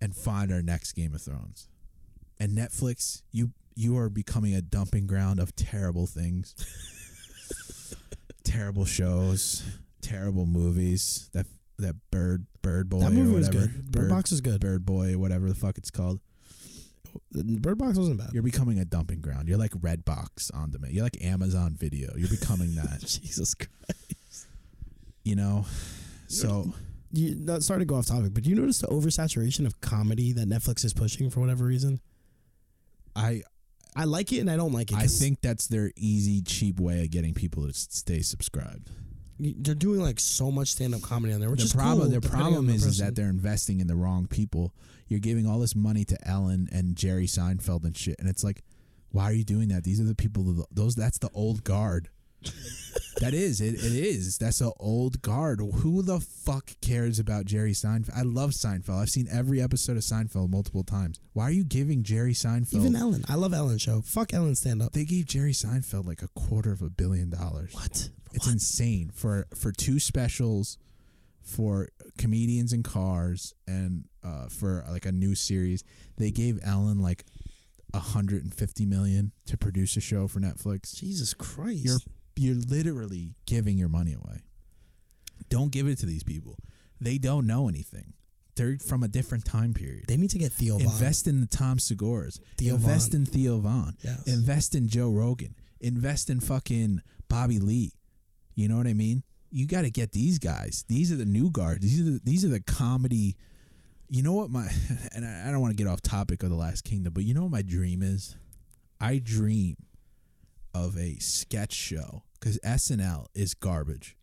Speaker 6: and find our next Game of Thrones. And Netflix, you you are becoming a dumping ground of terrible things terrible shows, terrible movies. That that bird bird boy
Speaker 7: That movie
Speaker 6: or
Speaker 7: was
Speaker 6: whatever.
Speaker 7: good. Bird Box was good.
Speaker 6: Bird boy, whatever the fuck it's called.
Speaker 7: Bird Box wasn't bad.
Speaker 6: You're becoming a dumping ground. You're like Redbox on demand. You're like Amazon Video. You're becoming that.
Speaker 7: Jesus Christ.
Speaker 6: you know. So
Speaker 7: You, no, sorry to go off topic, but do you notice the oversaturation of comedy that Netflix is pushing for whatever reason?
Speaker 6: I
Speaker 7: I like it and I don't like it.
Speaker 6: I
Speaker 7: 'cause
Speaker 6: think that's their easy, cheap way of getting people to s- stay subscribed.
Speaker 7: y- they're doing like so much stand up comedy on there, which
Speaker 6: The
Speaker 7: is
Speaker 6: problem,
Speaker 7: cool,
Speaker 6: their
Speaker 7: depending
Speaker 6: problem
Speaker 7: on the
Speaker 6: is, is
Speaker 7: person.
Speaker 6: that they're investing in the wrong people. You're giving all this money to Ellen and Jerry Seinfeld and shit, and it's like, why are you doing that? These are the people. that- Those that's the old guard. that is it. It is. That's the old guard. Who the fuck cares about Jerry Seinfeld? I love Seinfeld. I've seen every episode of Seinfeld multiple times. Why are you giving Jerry Seinfeld?
Speaker 7: Even Ellen. I love Ellen show. Fuck Ellen stand up.
Speaker 6: they gave Jerry Seinfeld like a quarter of a billion dollars.
Speaker 7: What?
Speaker 6: It's insane for for two specials, for comedians and cars, and uh, for like a new series. They gave Ellen like a hundred and fifty million to produce a show for Netflix.
Speaker 7: Jesus Christ.
Speaker 6: You're you're literally giving your money away. Don't give it to these people. They don't know anything. They're from a different time period.
Speaker 7: they need to get Theo Vaughn.
Speaker 6: Invest in the Tom Segura's.
Speaker 7: Theo
Speaker 6: invest
Speaker 7: Von.
Speaker 6: in Theo Vaughn.
Speaker 7: Yes.
Speaker 6: Invest in Joe Rogan. Invest in fucking Bobby Lee. You know what I mean? You got to get these guys. These are the new guard. These are the, these are the comedy. You know what my and I, I don't want to get off topic of the Last Kingdom, but you know what my dream is? I dream of a sketch show because SNL is garbage.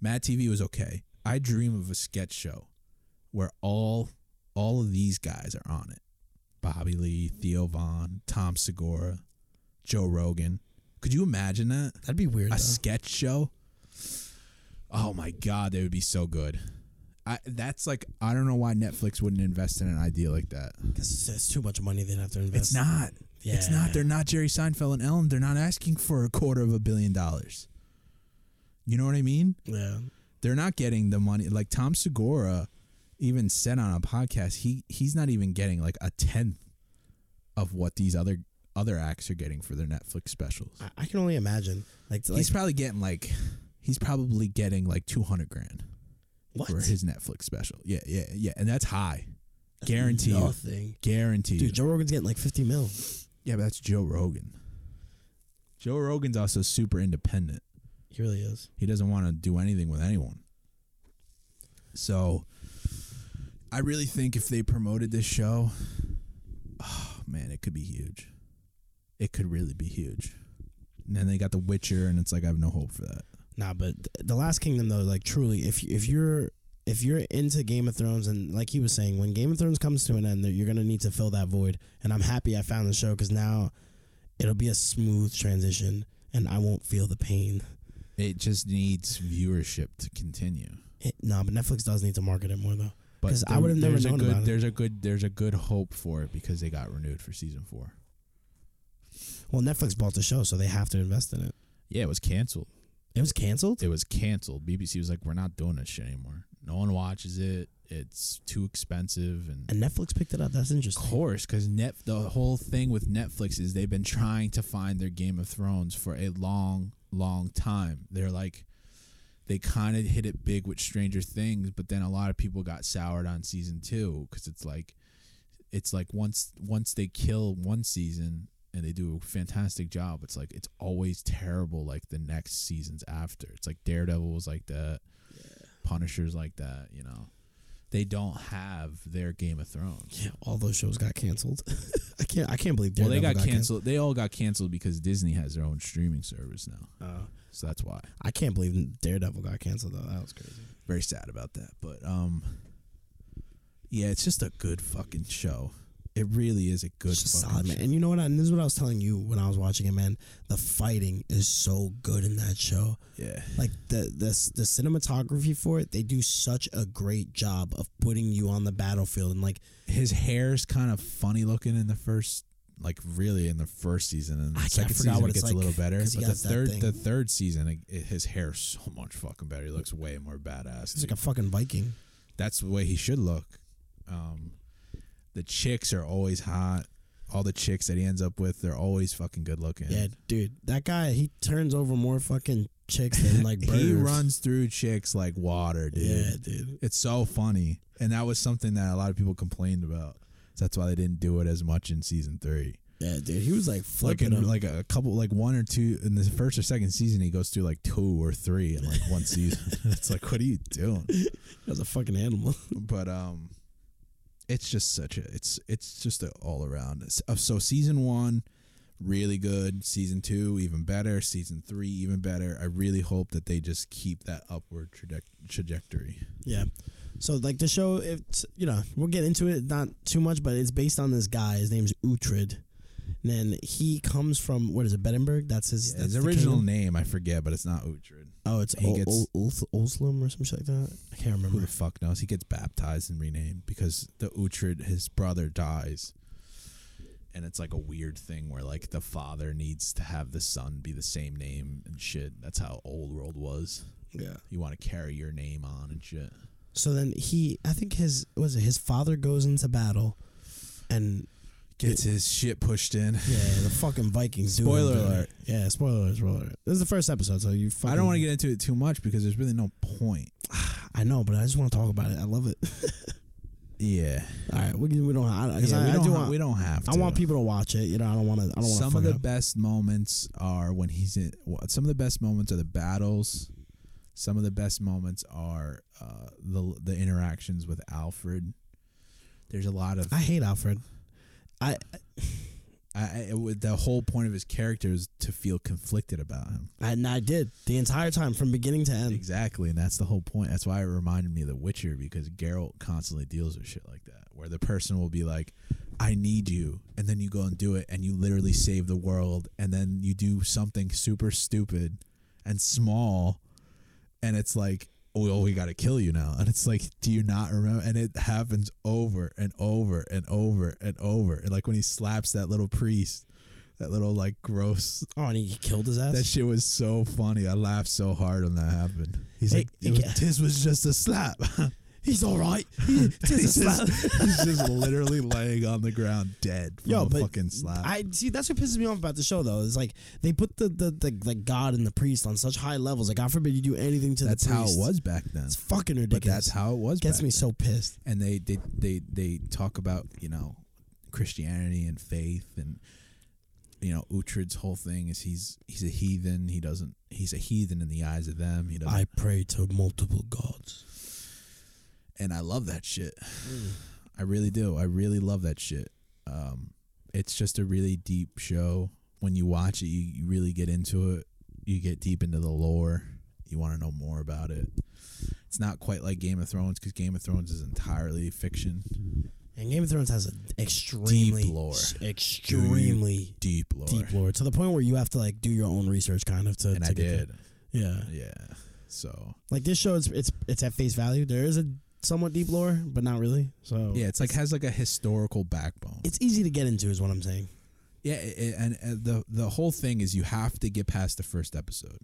Speaker 6: Mad TV was okay. I dream of a sketch show where all all of these guys are on it. Bobby Lee, Theo Vaughn, Tom Segura, Joe Rogan. Could you imagine that?
Speaker 7: That'd be weird.
Speaker 6: a
Speaker 7: though.
Speaker 6: sketch show. Oh my god, they would be so good. I that's like I don't know why Netflix wouldn't invest in an idea like that.
Speaker 7: 'Cause it's, it's too much money they'd have to invest.
Speaker 6: It's not. It's
Speaker 7: Yeah.
Speaker 6: not. They're not Jerry Seinfeld and Ellen. They're not asking for a quarter of a billion dollars. You know what I mean?
Speaker 7: Yeah.
Speaker 6: They're not getting the money. Like Tom Segura even said on a podcast, he he's not even getting like a tenth of what these other other acts are getting for their Netflix specials.
Speaker 7: I, I can only imagine. Like, like
Speaker 6: he's probably getting like he's probably getting like 200 grand
Speaker 7: what?
Speaker 6: for his Netflix special. Yeah, yeah, yeah, and that's high. Guarantee.
Speaker 7: Nothing.
Speaker 6: Guarantee.
Speaker 7: Dude, Joe Rogan's getting like fifty mil.
Speaker 6: yeah, but that's Joe Rogan. Joe Rogan's also super independent.
Speaker 7: He really is.
Speaker 6: He doesn't want to do anything with anyone. So I really think if they promoted this show, oh man, it could be huge. It could really be huge. And then they got The Witcher and it's like I have no hope for that.
Speaker 7: Nah, but th- the Last Kingdom though, like truly, if if you're if you're into Game of Thrones and like he was saying, when Game of Thrones comes to an end, you're gonna need to fill that void. And I'm happy I found the show because now it'll be a smooth transition, and I won't feel the pain.
Speaker 6: It just needs viewership to continue.
Speaker 7: It, nah, but Netflix does need to market it more though,
Speaker 6: But
Speaker 7: because I
Speaker 6: there-
Speaker 7: would have never
Speaker 6: there's
Speaker 7: known
Speaker 6: a good,
Speaker 7: about it.
Speaker 6: There's a good there's a good hope for it because they got renewed for season four.
Speaker 7: Well, Netflix bought the show, so they have to invest in it.
Speaker 6: Yeah, it was canceled.
Speaker 7: It was canceled.
Speaker 6: It was canceled. BBC was like, we're not doing this shit anymore. No one watches it. It's too expensive. And
Speaker 7: and Netflix picked it up. That's
Speaker 6: of
Speaker 7: interesting.
Speaker 6: course, because net the whole thing with Netflix is they've been trying to find their Game of Thrones for a long, long time. They're like, they kind of hit it big with Stranger Things, but then a lot of people got soured on season two because it's like, it's like once once they kill one season and they do a fantastic job, it's like it's always terrible. Like the next seasons after, it's like Daredevil was like that, Punisher's like that. You know, they don't have their Game of Thrones.
Speaker 7: Yeah, all those shows got canceled. I can't. I can't believe.
Speaker 6: Well, they got,
Speaker 7: Daredevil
Speaker 6: canceled. They all got canceled because Disney has their own streaming service now.
Speaker 7: Oh.
Speaker 6: so that's why.
Speaker 7: I can't believe Daredevil got canceled though. That was crazy.
Speaker 6: Very sad about that, but um, yeah, it's just a good fucking show. It really is a good
Speaker 7: It's just
Speaker 6: fucking
Speaker 7: solid, man.
Speaker 6: show.
Speaker 7: And you know what? I, and this is what I was telling you when I was watching it, man. The fighting is so good in that show.
Speaker 6: Yeah.
Speaker 7: Like the the the cinematography for it, they do such a great job of putting you on the battlefield and like
Speaker 6: His hair's kind of funny looking in the first, like really in the first season, and the
Speaker 7: I- I
Speaker 6: second
Speaker 7: forgot
Speaker 6: season
Speaker 7: what
Speaker 6: it
Speaker 7: it's
Speaker 6: gets a little
Speaker 7: like,
Speaker 6: better.
Speaker 7: 'cause he
Speaker 6: But the
Speaker 7: has that
Speaker 6: third,
Speaker 7: thing.
Speaker 6: the third season, it, it- his hair's so much fucking better. He looks way more badass.
Speaker 7: it's like
Speaker 6: dude.
Speaker 7: a fucking Viking.
Speaker 6: that's the way he should look. Um, the chicks are always hot. All the chicks that he ends up with, they're always fucking good looking.
Speaker 7: Yeah, dude, that guy he turns over more fucking chicks than like burgers.
Speaker 6: he runs through chicks like water, dude.
Speaker 7: Yeah, dude.
Speaker 6: It's so funny, and that was something that a lot of people complained about. So that's why they didn't do it as much in season three.
Speaker 7: Yeah, dude, he was like
Speaker 6: Like in
Speaker 7: flipping him.
Speaker 6: like a couple, like one or two in the first or second season, he goes through like two or three in like one season. it's like, what are you doing?
Speaker 7: He was a fucking animal.
Speaker 6: but um it's just such a it's it's just a all around it's- uh, so season one really good season two even better season three even better i really hope that they just keep that upward traje- trajectory
Speaker 7: Yeah. So like the show, it's you know we'll get into it not too much, but it's based on this guy. His name's Uhtred, and then he comes from what is it, Bedinburg? That's his. that's
Speaker 6: his
Speaker 7: the
Speaker 6: original
Speaker 7: kingdom?
Speaker 6: name i forget but it's not Uhtred.
Speaker 7: Oh, it's
Speaker 6: he
Speaker 7: he
Speaker 6: gets-
Speaker 7: Oslum or some shit like that. I can't
Speaker 6: who
Speaker 7: remember.
Speaker 6: the fuck knows he gets baptized and renamed because the Uhtred, his brother dies and it's like a weird thing where like the father needs to have the son be the same name and shit that's how old world was
Speaker 7: Yeah.
Speaker 6: you want to carry your name on and shit.
Speaker 7: So then he, I think his was it his father goes into battle, and
Speaker 6: Gets his shit pushed in.
Speaker 7: yeah, the fucking Vikings. do
Speaker 6: Spoiler
Speaker 7: him dirty.
Speaker 6: alert.
Speaker 7: Yeah, spoiler alert. Spoiler alert. This is the first episode, so you. Fucking,
Speaker 6: I don't want to get into it too much because there's really no point.
Speaker 7: I know, but I just want to talk about it. I love it.
Speaker 6: Yeah,
Speaker 7: All right, we, can- we don't. I, 'cause
Speaker 6: Yeah,
Speaker 7: I,
Speaker 6: we,
Speaker 7: I
Speaker 6: don't
Speaker 7: do
Speaker 6: ha-
Speaker 7: want,
Speaker 6: we don't have. To.
Speaker 7: I want people to watch it. You know, I don't want to. I don't want to.
Speaker 6: Some of the
Speaker 7: up.
Speaker 6: best moments are when he's in. wh- Some of the best moments are the battles. Some of the best moments are uh, the the interactions with Alfred. There's a lot of
Speaker 7: I hate Alfred. I
Speaker 6: I, I, with the whole point of his character is to feel conflicted about him.
Speaker 7: and I did the entire time from beginning to end.
Speaker 6: Exactly, and that's the whole point. That's why it reminded me of The Witcher because Geralt constantly deals with shit like that, where the person will be like, I need you. And then you go and do it and you literally save the world. And then you do something super stupid and small. And it's like, well, we got to kill you now. And it's like, do you not remember? And it happens over and over and over and over. And like when he slaps that little priest, that little like gross.
Speaker 7: Oh, and he killed his ass?
Speaker 6: That shit was so funny. I laughed so hard when that happened. He's
Speaker 7: Hey,
Speaker 6: like, it was-
Speaker 7: yeah.
Speaker 6: this was just a slap.
Speaker 7: He's all right. He-
Speaker 6: he's,
Speaker 7: just a slap.
Speaker 6: just, he's just literally laying on the ground dead from
Speaker 7: Yo,
Speaker 6: a
Speaker 7: but
Speaker 6: fucking slap.
Speaker 7: I see. That's what pisses me off about the show, though. Is like they put the the, the like God and the priest on such high levels. Like, God forbid you do anything to
Speaker 6: that's
Speaker 7: the
Speaker 6: how
Speaker 7: priest.
Speaker 6: it was back then.
Speaker 7: It's fucking ridiculous.
Speaker 6: But that's how it was.
Speaker 7: Gets
Speaker 6: back
Speaker 7: me
Speaker 6: then.
Speaker 7: so pissed.
Speaker 6: And they they they they talk about you know Christianity and faith and you know Uhtred's whole thing is he's he's a heathen. He doesn't he's a heathen in the eyes of them. He doesn't.
Speaker 7: I pray to multiple gods.
Speaker 6: and I love that shit.
Speaker 7: Mm.
Speaker 6: I really do. I really love that shit. Um, it's just a really deep show. When you watch it, you, you really get into it. You get deep into the lore. You want to know more about it. It's not quite like Game of Thrones because Game of Thrones is entirely fiction,
Speaker 7: And Game of Thrones has an extremely
Speaker 6: Deep lore.
Speaker 7: s- extremely
Speaker 6: deep lore.
Speaker 7: deep lore to the point where you have to like do your own research, kind of. To
Speaker 6: And
Speaker 7: to
Speaker 6: I
Speaker 7: get the-
Speaker 6: did.
Speaker 7: yeah.
Speaker 6: Yeah. So
Speaker 7: Like this show, it's it's it's at face value. There is a somewhat deep lore, but not really. So
Speaker 6: yeah, it's like has like a historical backbone.
Speaker 7: it's easy to get into, is what I'm saying.
Speaker 6: Yeah, i i- and uh, the the whole thing is you have to get past the first episode.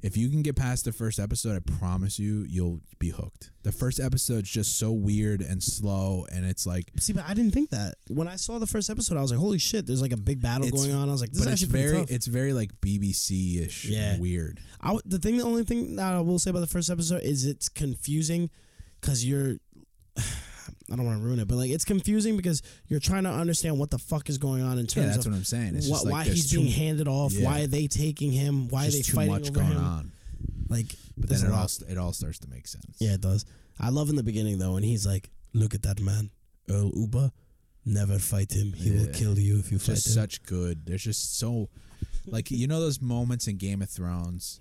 Speaker 6: If you can get past the first episode, I promise you, you'll be hooked. The first episode's just so weird and slow, and it's like,
Speaker 7: See, but I didn't think that when I saw the first episode, I was like, "Holy shit!" There's like a big battle
Speaker 6: It's-
Speaker 7: going on. I was like, "This
Speaker 6: but
Speaker 7: is
Speaker 6: it's
Speaker 7: actually pretty
Speaker 6: very,
Speaker 7: tough."
Speaker 6: it's very like BBC ish,
Speaker 7: Yeah.
Speaker 6: weird.
Speaker 7: I w the thing, the only thing that I will say about the first episode is it's confusing because you're. I don't want to ruin it, but like it's confusing because you're trying to understand what the fuck is going on in terms
Speaker 6: Yeah, that's
Speaker 7: of
Speaker 6: what I'm saying. It's
Speaker 7: wha-
Speaker 6: just like
Speaker 7: why
Speaker 6: there's
Speaker 7: he's
Speaker 6: too-
Speaker 7: being handed off,
Speaker 6: Yeah.
Speaker 7: why are they taking him, why are
Speaker 6: Just
Speaker 7: they
Speaker 6: too
Speaker 7: fighting
Speaker 6: much
Speaker 7: over
Speaker 6: going
Speaker 7: him?
Speaker 6: on.
Speaker 7: Like,
Speaker 6: But
Speaker 7: there's
Speaker 6: then it
Speaker 7: a lot.
Speaker 6: all st- it all starts to make sense.
Speaker 7: Yeah, it does. I love in the beginning though when he's like, "Look at that man, Earl Uba. Never fight him. He will
Speaker 6: Yeah.
Speaker 7: kill you if you fight
Speaker 6: just
Speaker 7: him."
Speaker 6: such good. There's just so, like you know those moments in Game of Thrones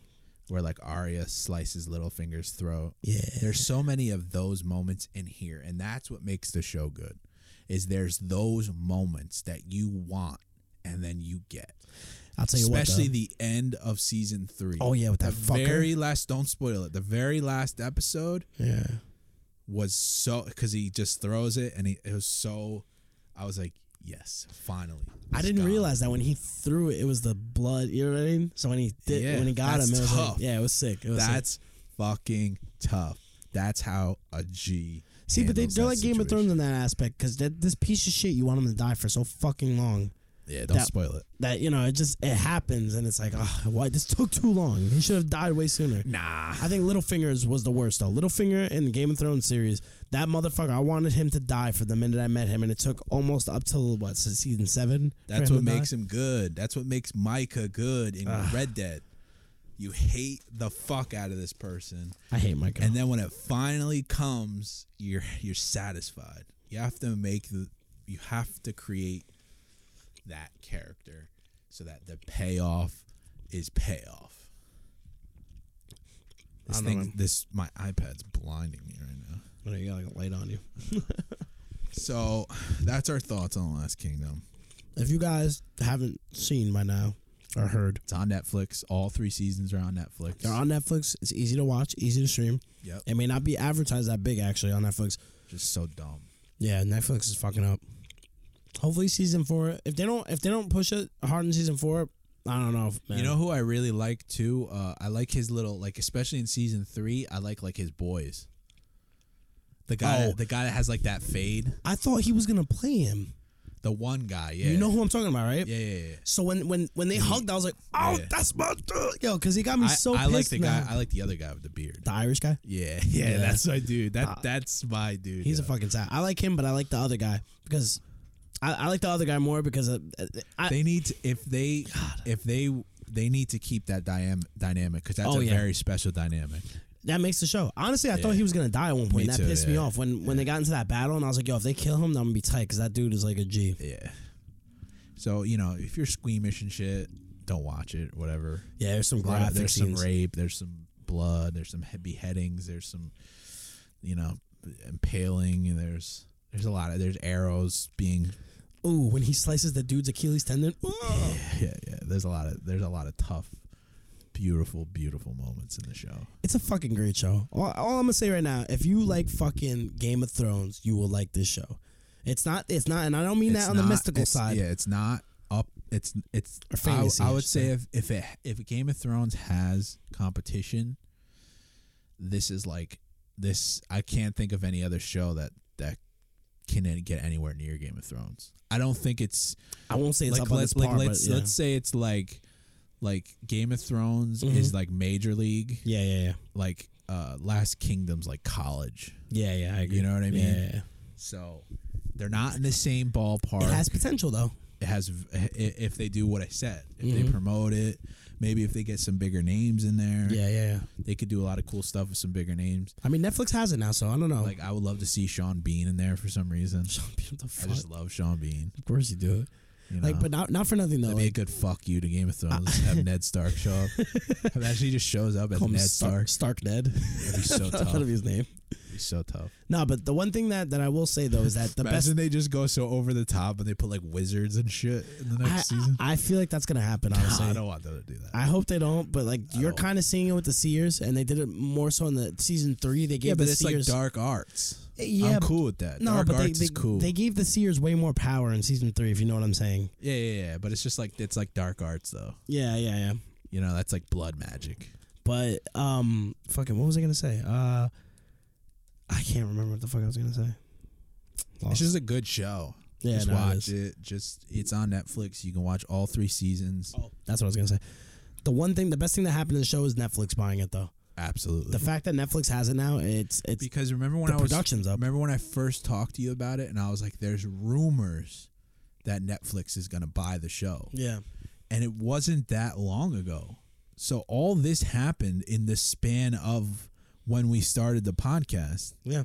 Speaker 6: where like Arya slices Littlefinger's throat.
Speaker 7: Yeah.
Speaker 6: There's so many of those moments in here, and that's what makes the show good. Is there's those moments that you want and then you get.
Speaker 7: I'll tell you
Speaker 6: Especially
Speaker 7: what. though.
Speaker 6: the end of season three.
Speaker 7: Oh, yeah, with that
Speaker 6: the
Speaker 7: fucker.
Speaker 6: very last. Don't spoil it. The very last episode
Speaker 7: yeah.
Speaker 6: was so because he just throws it and he, it was so. I was like, yes, finally.
Speaker 7: I
Speaker 6: It's
Speaker 7: didn't
Speaker 6: gone.
Speaker 7: realize that when he threw it, it was the blood. You know what I mean? So when he did,
Speaker 6: Yeah,
Speaker 7: when he got
Speaker 6: that's
Speaker 7: him, it was
Speaker 6: tough.
Speaker 7: like, yeah, it was sick. It was sick.
Speaker 6: That's fucking tough. That's how a G.
Speaker 7: see, but they,
Speaker 6: handles
Speaker 7: they're
Speaker 6: that
Speaker 7: like Game of Thrones
Speaker 6: situation.
Speaker 7: in that aspect because this piece of shit you want him to die for so fucking long
Speaker 6: Yeah, don't
Speaker 7: that-
Speaker 6: spoil it.
Speaker 7: that you know it just it happens and it's like, oh, why this took too long? He should have died way sooner.
Speaker 6: Nah.
Speaker 7: I think Littlefingers was the worst though. Littlefinger in the Game of Thrones series, that motherfucker, I wanted him to die for the minute I met him, and it took almost up till what se- season seven. for
Speaker 6: That's
Speaker 7: him
Speaker 6: what
Speaker 7: to die?
Speaker 6: makes him good. That's what makes Micah good in Red Dead. You hate the fuck out of this person,
Speaker 7: I hate Micah.
Speaker 6: and then when it finally comes, you're you're satisfied. You have to make the you have to create that character so that the payoff is payoff. This
Speaker 7: don't know,
Speaker 6: thing,
Speaker 7: man.
Speaker 6: this my iPad's blinding me right now.
Speaker 7: Oh, you got like a light on you.
Speaker 6: So that's our thoughts on The Last Kingdom.
Speaker 7: If you guys haven't seen by now or heard,
Speaker 6: It's on Netflix. All three seasons are on Netflix.
Speaker 7: they're on Netflix. It's easy to watch, easy to stream.
Speaker 6: Yep.
Speaker 7: It may not be advertised that big actually on Netflix.
Speaker 6: Just so dumb.
Speaker 7: Yeah, Netflix is fucking up. Hopefully, season four. If they don't, if they don't push it hard in season four, I don't know. Man.
Speaker 6: You know who I really like too? Uh, I like his little like, especially in season three. I like like his boys. The guy,
Speaker 7: Oh.
Speaker 6: the guy that has like that fade.
Speaker 7: I thought he was gonna play him.
Speaker 6: The one guy, yeah.
Speaker 7: You know who I'm talking about, right?
Speaker 6: yeah, yeah, yeah.
Speaker 7: So when when when they hugged, I was like, "Oh,
Speaker 6: Mm-hmm. Yeah.
Speaker 7: that's my dude, yo!" Because he got me
Speaker 6: I,
Speaker 7: so
Speaker 6: I like
Speaker 7: pissed,
Speaker 6: the
Speaker 7: man.
Speaker 6: guy. I like the other guy with the beard.
Speaker 7: the Irish guy,
Speaker 6: Yeah, yeah,
Speaker 7: Yeah.
Speaker 6: that's my dude. That that's my dude.
Speaker 7: he's a
Speaker 6: yeah.
Speaker 7: fucking sad. I like him, but I like the other guy because I, I like the other guy more because uh, uh, I,
Speaker 6: They need to, if they if they they need to keep that diam- dynamic because that's
Speaker 7: Oh,
Speaker 6: a
Speaker 7: yeah.
Speaker 6: very special dynamic.
Speaker 7: that makes the show. Honestly, I thought he was gonna die at one
Speaker 6: Me
Speaker 7: point. that
Speaker 6: too,
Speaker 7: pissed me
Speaker 6: yeah.
Speaker 7: off when when they got into that battle, and I was like, "Yo, if they kill him, I'm gonna be tight because that dude is like a G."
Speaker 6: Yeah. So you know, if you're squeamish and shit, don't watch it. Whatever.
Speaker 7: Yeah, there's some
Speaker 6: A lot of-
Speaker 7: graphic
Speaker 6: there's
Speaker 7: scenes.
Speaker 6: some rape. There's some blood. There's some he- beheadings. There's some, you know, impaling. There's there's a lot of there's arrows being
Speaker 7: Ooh, when he slices the dude's Achilles tendon. Ooh.
Speaker 6: Yeah, yeah. There's a lot of there's a lot of tough, beautiful, beautiful moments in the show.
Speaker 7: It's a fucking great show. All, all I'm gonna say right now, if you like fucking Game of Thrones, you will like this show. It's not. It's not, and I don't mean
Speaker 6: It's
Speaker 7: that on the
Speaker 6: not-
Speaker 7: mystical
Speaker 6: it's-
Speaker 7: side.
Speaker 6: Yeah, it's not up. It's it's. I,
Speaker 7: Or
Speaker 6: w-
Speaker 7: fantasy,
Speaker 6: I
Speaker 7: I
Speaker 6: would
Speaker 7: should
Speaker 6: say
Speaker 7: say.
Speaker 6: if if it, if Game of Thrones has competition, this is like this. I can't think of any other show that that can any- get anywhere near Game of Thrones. I don't think it's
Speaker 7: I won't say it's
Speaker 6: like
Speaker 7: up on
Speaker 6: let's
Speaker 7: this
Speaker 6: like
Speaker 7: par, but
Speaker 6: let's
Speaker 7: yeah.
Speaker 6: let's say it's like like Game of Thrones
Speaker 7: Mm-hmm.
Speaker 6: is like Major League,
Speaker 7: yeah, yeah, yeah,
Speaker 6: like uh Last Kingdom's like college.
Speaker 7: yeah, yeah. I agree.
Speaker 6: You know what I mean?
Speaker 7: Yeah, yeah, yeah.
Speaker 6: So they're not in the same ballpark
Speaker 7: It has potential though.
Speaker 6: it has i- if they do what I said, if
Speaker 7: Mm-hmm.
Speaker 6: they promote it, maybe if they get some bigger names in there,
Speaker 7: Yeah, yeah, yeah.
Speaker 6: they could do a lot of cool stuff with some bigger names.
Speaker 7: I mean, Netflix has it now, so I don't know.
Speaker 6: Like I would love to see Sean Bean in there for some reason.
Speaker 7: what the
Speaker 6: I
Speaker 7: fuck?
Speaker 6: just love Sean Bean.
Speaker 7: of course you do it.
Speaker 6: You know?
Speaker 7: Like, but not not for nothing though.
Speaker 6: That'd be a
Speaker 7: Like,
Speaker 6: good fuck you to Game of Thrones. have Ned Stark show up. Imagine he just shows up as
Speaker 7: call him
Speaker 6: Ned
Speaker 7: um, Stark,
Speaker 6: Stark.
Speaker 7: Stark Ned.
Speaker 6: That'd be so tough.
Speaker 7: That'll be
Speaker 6: That'd
Speaker 7: his name.
Speaker 6: be so tough.
Speaker 7: No, but the one thing that that I will say though is that the best.
Speaker 6: Imagine they just go so over the top and they put like wizards and shit in the next
Speaker 7: I,
Speaker 6: season.
Speaker 7: I feel like that's gonna happen.
Speaker 6: Nah,
Speaker 7: Honestly,
Speaker 6: I don't want them to do that.
Speaker 7: I hope they don't, but like you're kind of seeing it with the Seers, and they did it more so in the season three. They gave
Speaker 6: yeah, but
Speaker 7: the
Speaker 6: it's like
Speaker 7: Seers,
Speaker 6: dark arts.
Speaker 7: Yeah,
Speaker 6: I'm
Speaker 7: but-
Speaker 6: cool with that.
Speaker 7: No,
Speaker 6: dark
Speaker 7: but they,
Speaker 6: arts
Speaker 7: they,
Speaker 6: is cool.
Speaker 7: they gave the Seers way more power in season three, if you know what I'm saying.
Speaker 6: Yeah, yeah, yeah. But it's just like it's like dark arts though.
Speaker 7: Yeah, yeah, yeah.
Speaker 6: You know, that's like blood magic.
Speaker 7: But um, fucking, what was I gonna say? Uh, I can't remember what the fuck I was gonna say.
Speaker 6: It's just a good show.
Speaker 7: Yeah,
Speaker 6: just
Speaker 7: no, it
Speaker 6: watch
Speaker 7: is.
Speaker 6: it, Just it's on Netflix. You can watch all three seasons.
Speaker 7: That's what I was gonna say. The one thing, the best thing that happened to the show is Netflix buying it, though.
Speaker 6: Absolutely.
Speaker 7: The fact that Netflix has it now, it's it's
Speaker 6: because remember when
Speaker 7: the
Speaker 6: I was
Speaker 7: production's up.
Speaker 6: remember when I first talked to you about it, and I was like, "There's rumors that Netflix is gonna buy the show,"
Speaker 7: yeah,
Speaker 6: and it wasn't that long ago. So all this happened in the span of when we started the podcast.
Speaker 7: yeah.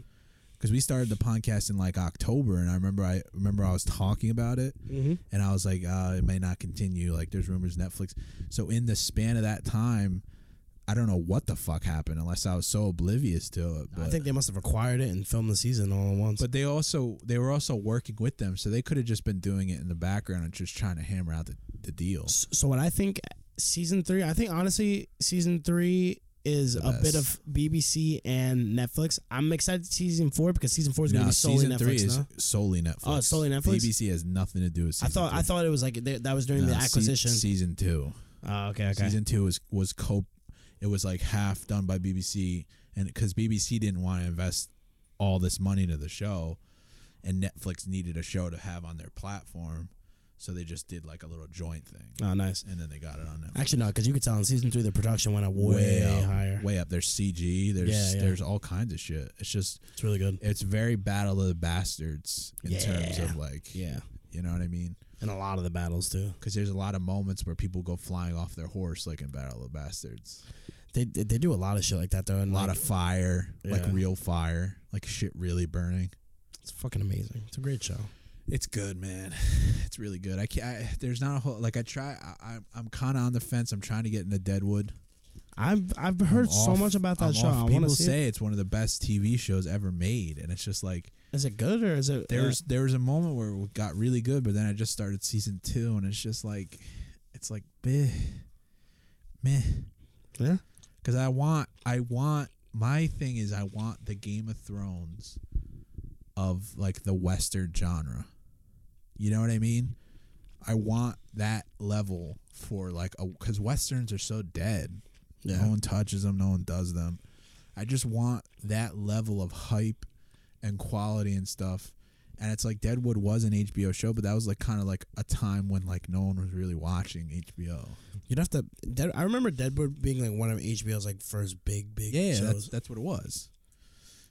Speaker 6: because we started the podcast in like October, and I remember I remember I was talking about it,
Speaker 7: Mm-hmm.
Speaker 6: and I was like, uh, it may not continue. Like, there's rumors Netflix. So in the span of that time, I don't know what the fuck happened, unless I was so oblivious to it. But,
Speaker 7: I think they must have acquired it and filmed the season all at once.
Speaker 6: but they also they were also working with them, so they could have just been doing it in the background and just trying to hammer out the, the deal.
Speaker 7: so what I think season three, I think honestly season three is a
Speaker 6: best.
Speaker 7: bit of BBC and Netflix. I'm excited to see season four because season four is gonna
Speaker 6: Nah,
Speaker 7: be solely
Speaker 6: season
Speaker 7: Netflix.
Speaker 6: three is
Speaker 7: no?
Speaker 6: solely Netflix.
Speaker 7: Oh, it's solely Netflix?
Speaker 6: BBC has nothing to do with. Season
Speaker 7: I thought
Speaker 6: three.
Speaker 7: I thought it was like they, that was during the
Speaker 6: Nah, se-
Speaker 7: acquisition.
Speaker 6: season two.
Speaker 7: oh, okay, okay.
Speaker 6: Season two was was co, it was like half done by BBC, and because BBC didn't want to invest all this money into the show, and Netflix needed a show to have on their platform, so they just did like a little joint thing,
Speaker 7: oh, nice.
Speaker 6: and then they got it on Netflix.
Speaker 7: Actually, no, because you could tell in season three the production went up way,
Speaker 6: up,
Speaker 7: higher.
Speaker 6: way up. There's CG. There's
Speaker 7: Yeah, yeah.
Speaker 6: there's all kinds of shit. It's just
Speaker 7: it's really good.
Speaker 6: it's very Battle of the Bastards in terms
Speaker 7: Yeah.
Speaker 6: of like
Speaker 7: yeah,
Speaker 6: you know what I mean.
Speaker 7: and a lot of the battles too.
Speaker 6: Because there's a lot of moments where people go flying off their horse, like in Battle of the Bastards.
Speaker 7: They they, they do a lot of shit like that though. And
Speaker 6: a lot
Speaker 7: like,
Speaker 6: of fire, like
Speaker 7: Yeah.
Speaker 6: real fire, like shit really burning.
Speaker 7: it's fucking amazing. It's a great show.
Speaker 6: It's good, man. It's really good. I can't. I, there's not a whole like I try. I, I'm I'm kind of on the fence. I'm trying to get into Deadwood.
Speaker 7: I've I've heard
Speaker 6: I'm
Speaker 7: so
Speaker 6: off-
Speaker 7: much about that
Speaker 6: I'm
Speaker 7: show.
Speaker 6: off.
Speaker 7: I want
Speaker 6: People
Speaker 7: to see.
Speaker 6: say it's one of the best TV shows ever made, and it's just like
Speaker 7: it. Is it good or is it?
Speaker 6: there
Speaker 7: uh,
Speaker 6: was there was a moment where it got really good, but then I just started season two, and it's just like it's like meh, meh.
Speaker 7: yeah.
Speaker 6: Because I want, I want, my thing is, I want the Game of Thrones of like the Western genre. You know what I mean? I want that level for like, because Westerns are so dead.
Speaker 7: Yeah.
Speaker 6: No one touches them, no one does them. I just want that level of hype and quality and stuff. And it's like Deadwood was an HBO show, but that was like kind of like a time when like no one was really watching HBO.
Speaker 7: You'd have to. Dead, I remember Deadwood being like one of HBO's like first big big
Speaker 6: yeah, yeah, that's
Speaker 7: shows.
Speaker 6: that's what it was.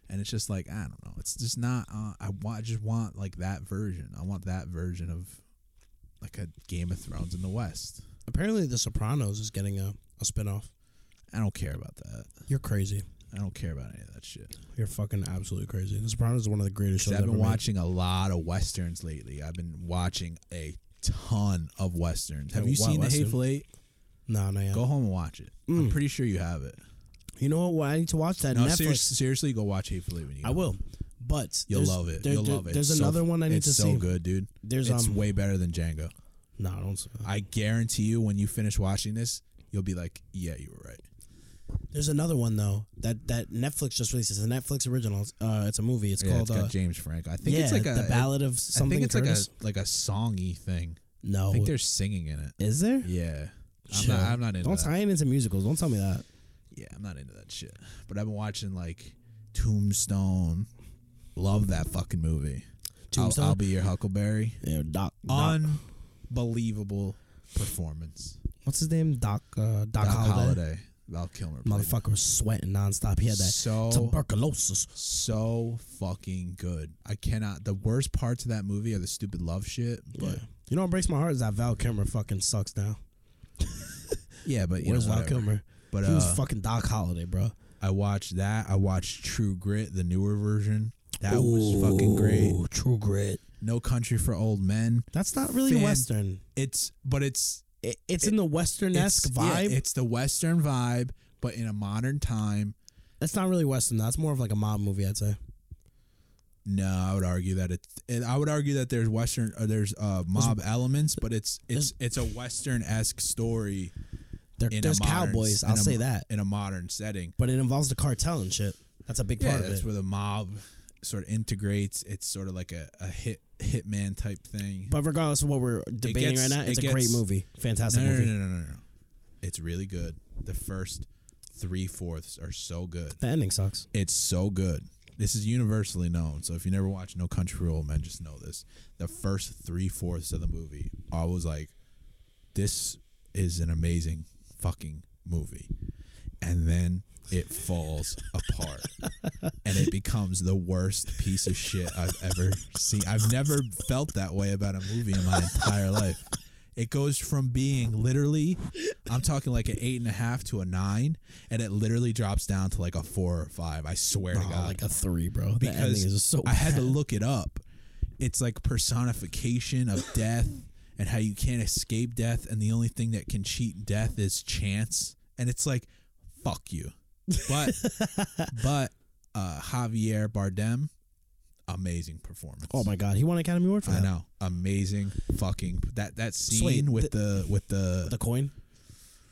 Speaker 6: And it's just like I don't know. It's just not. Uh, I want. I just want like that version. I want that version of like a Game of Thrones in the West.
Speaker 7: Apparently, The Sopranos is getting a a spinoff.
Speaker 6: I don't care about that.
Speaker 7: You're crazy.
Speaker 6: I don't care about any of that shit. 'Cause
Speaker 7: You're fucking absolutely crazy. The Sopranos is one of the greatest shows
Speaker 6: I've been
Speaker 7: ever made.
Speaker 6: watching a lot of westerns lately. I've been watching a ton of westerns. Have
Speaker 7: Yeah,
Speaker 6: you
Speaker 7: what
Speaker 6: seen
Speaker 7: western?
Speaker 6: the Hateful Eight?
Speaker 7: No, no, yeah.
Speaker 6: Go home and watch it. I'm pretty sure you have it.
Speaker 7: You know what? I need to watch that
Speaker 6: No,
Speaker 7: Mm. Netflix.
Speaker 6: serious, seriously, go watch Hateful Eight when you. go.
Speaker 7: I will. But
Speaker 6: You'll
Speaker 7: there's-
Speaker 6: love it.
Speaker 7: there-
Speaker 6: You'll
Speaker 7: there-
Speaker 6: love it.
Speaker 7: There's
Speaker 6: So-
Speaker 7: another one I need
Speaker 6: it's
Speaker 7: to
Speaker 6: so
Speaker 7: see.
Speaker 6: good, dude.
Speaker 7: There's,
Speaker 6: it's
Speaker 7: um,
Speaker 6: way better than Django.
Speaker 7: No, I don't.
Speaker 6: I guarantee you, when you finish watching this, you'll be like, "Yeah, you were right."
Speaker 7: There's another one though that that Netflix just released. It's a Netflix original. Uh, it's a movie. It's
Speaker 6: Yeah,
Speaker 7: called
Speaker 6: it's got
Speaker 7: uh,
Speaker 6: James Franco. I think
Speaker 7: yeah,
Speaker 6: it's like a
Speaker 7: the Ballad of
Speaker 6: I
Speaker 7: something
Speaker 6: think it's
Speaker 7: Curtis.
Speaker 6: like a like a songy thing.
Speaker 7: No,
Speaker 6: I think there's singing in it.
Speaker 7: Is there?
Speaker 6: Yeah, I'm
Speaker 7: Chill.
Speaker 6: not. I'm not into
Speaker 7: Don't
Speaker 6: that.
Speaker 7: tie it into musicals. Don't tell me that.
Speaker 6: Yeah, I'm not into that shit. But I've been watching like Tombstone. Love that fucking movie. I'll-
Speaker 7: Tombstone?
Speaker 6: I'll, be your Huckleberry.
Speaker 7: Yeah, Doc. Doc-
Speaker 6: Unbelievable performance.
Speaker 7: what's his name? Doc. Uh, Doc,
Speaker 6: Doc
Speaker 7: Holliday.
Speaker 6: Holiday. Val Kilmer. played it.
Speaker 7: Motherfucker was sweating nonstop. He had that
Speaker 6: So-
Speaker 7: tuberculosis.
Speaker 6: So fucking good. I cannot. The worst parts of that movie are the stupid love shit. But
Speaker 7: But you know what breaks my heart is that Val Kilmer fucking sucks now.
Speaker 6: yeah, but you
Speaker 7: Where's
Speaker 6: know,
Speaker 7: Val
Speaker 6: whatever.
Speaker 7: Kilmer?
Speaker 6: But
Speaker 7: he
Speaker 6: uh,
Speaker 7: was fucking Doc Holliday, bro.
Speaker 6: I watched that. I watched True Grit, the newer version. That was fucking great.
Speaker 7: Ooh, True Grit.
Speaker 6: No Country for Old Men.
Speaker 7: That's not really
Speaker 6: Fan-
Speaker 7: Western.
Speaker 6: It's but it's
Speaker 7: It, it's in the Western
Speaker 6: it's,
Speaker 7: esque vibe.
Speaker 6: yeah, it's the Western vibe, but in a modern time.
Speaker 7: That's not really Western. That's more of like a mob movie, I'd say.
Speaker 6: No, I would argue that it's. And I would argue that there's Western or there's uh, mob elements, but it's it's it's a Western esque story.
Speaker 7: There,
Speaker 6: In a
Speaker 7: there's
Speaker 6: modern-
Speaker 7: cowboys.
Speaker 6: in
Speaker 7: I'll
Speaker 6: a-
Speaker 7: say that,
Speaker 6: in a modern setting.
Speaker 7: but it involves the cartel and shit. That's a big
Speaker 6: Yeah,
Speaker 7: part of
Speaker 6: that's
Speaker 7: it.
Speaker 6: where the mob sort of integrates. It's sort of like a, a hit hitman type thing.
Speaker 7: but regardless of what we're debating
Speaker 6: gets-
Speaker 7: right now,
Speaker 6: it
Speaker 7: it's a great
Speaker 6: gets-
Speaker 7: movie.
Speaker 6: no,
Speaker 7: Fantastic
Speaker 6: no, no,
Speaker 7: movie.
Speaker 6: no, no, no, no. It's really good. The first three fourths are so good.
Speaker 7: The ending sucks.
Speaker 6: It's so good. This is universally known. So if you never watched No Country for Old Men, just know this. The first three fourths of the movie, I was like, this is an amazing fucking movie. And then it falls apart and it becomes the worst piece of shit I've ever seen. I've never felt that way about a movie in my entire life. It goes from being literally, I'm talking like an eight and a half to a nine, and it literally drops down to like a four or five. I swear to
Speaker 7: Oh,
Speaker 6: God
Speaker 7: like a three, bro. The ending
Speaker 6: because
Speaker 7: is so.
Speaker 6: I had to
Speaker 7: bad.
Speaker 6: look it up. It's like personification of death and how you can't escape death, and the only thing that can cheat death is chance. And it's like, fuck you. But but uh, Javier Bardem, amazing performance.
Speaker 7: Oh my god, he won an Academy Award for
Speaker 6: I
Speaker 7: that.
Speaker 6: know, amazing fucking that that scene
Speaker 7: wait,
Speaker 6: with
Speaker 7: the-
Speaker 6: the with the,
Speaker 7: The coin,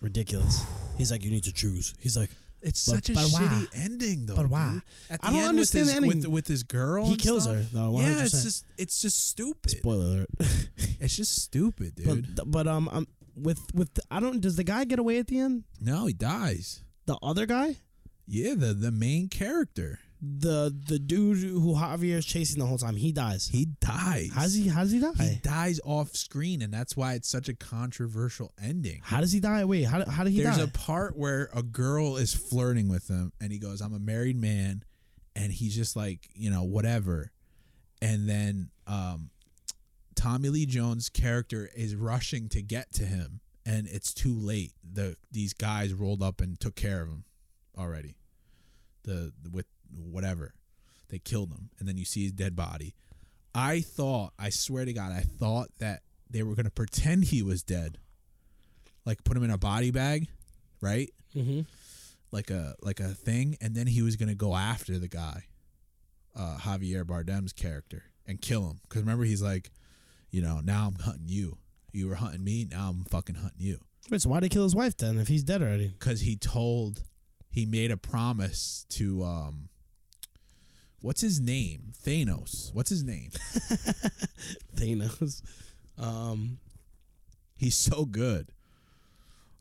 Speaker 7: ridiculous. He's like, you need to choose. He's like,
Speaker 6: it's
Speaker 7: but-
Speaker 6: such a
Speaker 7: but why?
Speaker 6: shitty ending though.
Speaker 7: But why?
Speaker 6: dude. At the
Speaker 7: I don't
Speaker 6: end
Speaker 7: understand
Speaker 6: with his,
Speaker 7: the
Speaker 6: with,
Speaker 7: ending.
Speaker 6: with his girl.
Speaker 7: He
Speaker 6: and
Speaker 7: kills
Speaker 6: stuff.
Speaker 7: her, though,
Speaker 6: Yeah, it's
Speaker 7: 100%.
Speaker 6: just it's just stupid.
Speaker 7: spoiler alert.
Speaker 6: It's just stupid, dude.
Speaker 7: but but um, I'm with with I don't. Does the guy get away at the end?
Speaker 6: no, he dies.
Speaker 7: The other guy,
Speaker 6: Yeah, the the main character.
Speaker 7: the the dude who Javier is chasing the whole time, he dies.
Speaker 6: He dies.
Speaker 7: How's he? How's he die?
Speaker 6: He dies off screen, and that's why it's such a controversial ending.
Speaker 7: how does he die? Wait, how, how did he
Speaker 6: There's
Speaker 7: die?
Speaker 6: a part where a girl is flirting with him, and he goes, "I'm a married man," and he's just like, you know, whatever. And then um, Tommy Lee Jones' character is rushing to get to him, and it's too late. The these guys rolled up and took care of him already. The with whatever, they killed him, and then you see his dead body. I thought, I swear to God, I thought that they were gonna pretend he was dead, like put him in a body bag, right? Mm-hmm. Like a like a thing, and then he was gonna go after the guy, uh, Javier Bardem's character, and kill him. Because remember, he's like, you know, now I'm hunting you. You were hunting me. Now I'm fucking hunting you.
Speaker 7: Wait, so why did he kill his wife then? If he's dead already,
Speaker 6: Because he told, he made a promise to um. What's his name? Thanos. What's his name?
Speaker 7: Thanos. Um,
Speaker 6: He's so good.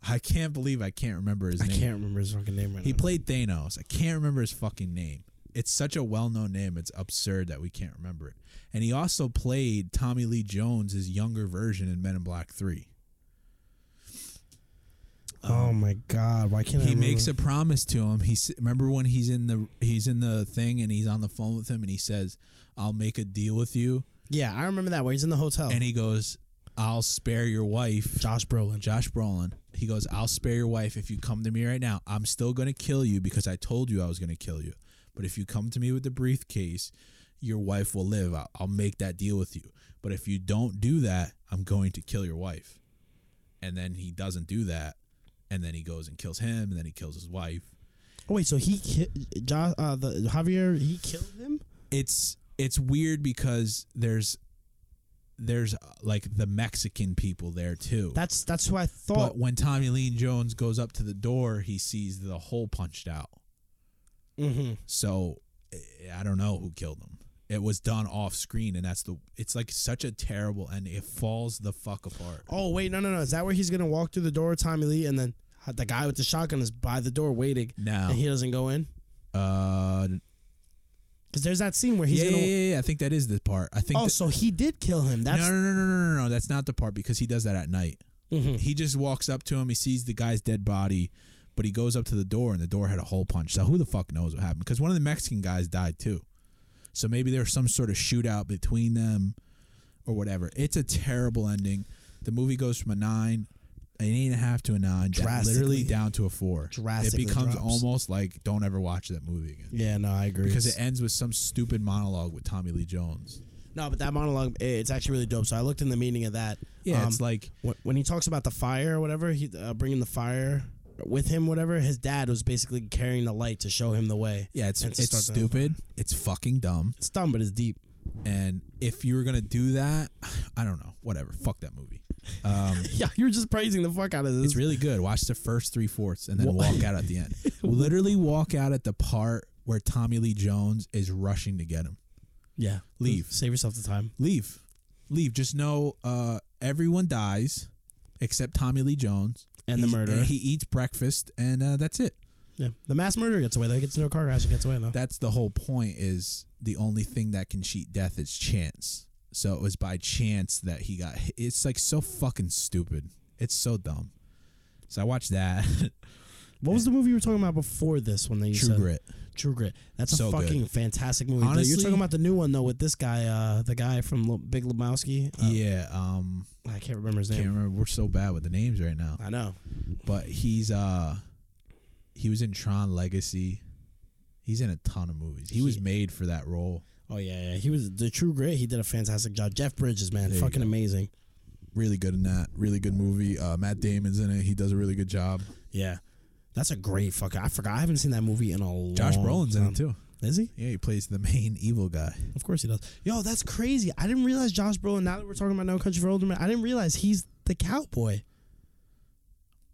Speaker 6: I can't believe I can't remember his
Speaker 7: I
Speaker 6: name.
Speaker 7: can't remember his fucking name right
Speaker 6: He
Speaker 7: now.
Speaker 6: played Thanos. I can't remember his fucking name. It's such a well-known name. It's absurd that we can't remember it. And he also played Tommy Lee Jones' younger version in Men in Black Three.
Speaker 7: oh my god, why can't I
Speaker 6: He
Speaker 7: remember?
Speaker 6: makes a promise to him. He s- remember when he's in the he's in the thing and he's on the phone with him and he says, "I'll make a deal with you."
Speaker 7: yeah, I remember that where he's in the hotel.
Speaker 6: And he goes, "I'll spare your wife."
Speaker 7: Oh. Josh Brolin.
Speaker 6: Josh Brolin. He goes, I'll spare your wife if you come to me right now. I'm still going to kill you because I told you I was going to kill you. But if you come to me with the briefcase, your wife will live. I'll, I'll make that deal with you. But if you don't do that, I'm going to kill your wife. And then he doesn't do that. And then he goes and kills him. And then he kills his wife.
Speaker 7: Oh, wait, so he ki- Josh, uh, the Javier, he killed him.
Speaker 6: it's it's weird because there's there's uh, like the Mexican people there too.
Speaker 7: That's that's who I
Speaker 6: but
Speaker 7: thought.
Speaker 6: when Tommy Lee Jones goes up to the door, he sees the hole punched out.
Speaker 7: mm-hmm.
Speaker 6: So eh, I- I don't know who killed him. It was done off screen, and that's the. It's like such a terrible, and it falls the fuck apart.
Speaker 7: Oh wait, no, no, no. Is that where he's gonna walk through the door, Tommy Lee, and then the guy with the shotgun is by the door waiting,
Speaker 6: Now,
Speaker 7: and he doesn't go in?
Speaker 6: uh,
Speaker 7: Because there's that scene where he's
Speaker 6: yeah, yeah,
Speaker 7: gonna.
Speaker 6: yeah, yeah, I think that is the part. I think.
Speaker 7: Oh,
Speaker 6: that-
Speaker 7: so he did kill him. That's
Speaker 6: no, no, no, no, no, no, no. That's not the part because he does that at night.
Speaker 7: Mm-hmm.
Speaker 6: He just walks up to him. He sees the guy's dead body, but he goes up to the door, and the door had a hole punch. So who the fuck knows what happened? Because one of the Mexican guys died too. So maybe there was some sort of shootout between them, or whatever. It's a terrible ending. The movie goes from a nine, an eight and a half to a nine, down, literally
Speaker 7: Drastically.
Speaker 6: down to a four. It
Speaker 7: Drastically
Speaker 6: becomes
Speaker 7: drops.
Speaker 6: almost like don't ever watch that movie again
Speaker 7: Yeah, no, I agree.
Speaker 6: because it ends with some stupid monologue with Tommy Lee Jones.
Speaker 7: no, but that monologue, i- it's actually really dope. So I looked in the meaning of that.
Speaker 6: Yeah, it's
Speaker 7: um,
Speaker 6: like-
Speaker 7: wh- when he talks about the fire or whatever, he uh, bringing the fire with him, whatever. His dad was basically carrying the light to show him the way.
Speaker 6: Yeah, it's
Speaker 7: and to
Speaker 6: it's
Speaker 7: start the-
Speaker 6: stupid. It's fucking dumb.
Speaker 7: It's dumb, but it's deep.
Speaker 6: And if you were gonna do that, I don't know. Whatever. Fuck that movie. Um,
Speaker 7: Yeah, you're just praising the fuck out of this.
Speaker 6: it's really good. Watch the first three fourths and then walk out at the end. Literally walk out at the part where Tommy Lee Jones is rushing to get him.
Speaker 7: yeah,
Speaker 6: Leave.
Speaker 7: Save yourself the time.
Speaker 6: Leave. Leave. Just know uh, everyone dies except Tommy Lee Jones
Speaker 7: And the
Speaker 6: He's-
Speaker 7: murderer.
Speaker 6: He eats breakfast and uh, that's it.
Speaker 7: Yeah, the mass murderer gets away. though. He gets into a car crash. He gets away though.
Speaker 6: that's the whole point is the only thing that can cheat death is chance so it was by chance that he got hit. it's like so fucking stupid it's so dumb so i watched that
Speaker 7: what was the movie you were talking about before this one? That you
Speaker 6: true
Speaker 7: said?
Speaker 6: grit
Speaker 7: True Grit. That's a
Speaker 6: So good.
Speaker 7: fucking fantastic movie. Honestly, you're
Speaker 6: Honestly-
Speaker 7: talking about the new one though with this guy, uh, the guy from Lo- Big Lebowski. Uh,
Speaker 6: yeah um
Speaker 7: I can't remember his
Speaker 6: can't
Speaker 7: name.
Speaker 6: remember we're so bad with the names right now
Speaker 7: I know.
Speaker 6: but he's uh he was in tron legacy he's in a ton of movies he was
Speaker 7: He-
Speaker 6: made for that role
Speaker 7: Oh yeah, yeah. He was the True Grit. He did a fantastic job. Jeff Bridges, man,
Speaker 6: There you
Speaker 7: fucking
Speaker 6: go.
Speaker 7: amazing.
Speaker 6: really good in that really good movie uh matt damon's in it he does a really good job
Speaker 7: Yeah, that's a great fucking. I forgot. I haven't seen that movie in a
Speaker 6: josh
Speaker 7: long
Speaker 6: brolin's in
Speaker 7: time.
Speaker 6: it too
Speaker 7: Is he?
Speaker 6: yeah he plays the main evil guy
Speaker 7: Of course he does. Yo, that's crazy. I didn't realize Josh Brolin. Now that we're talking about No Country for Older Men, I didn't realize he's the cowboy.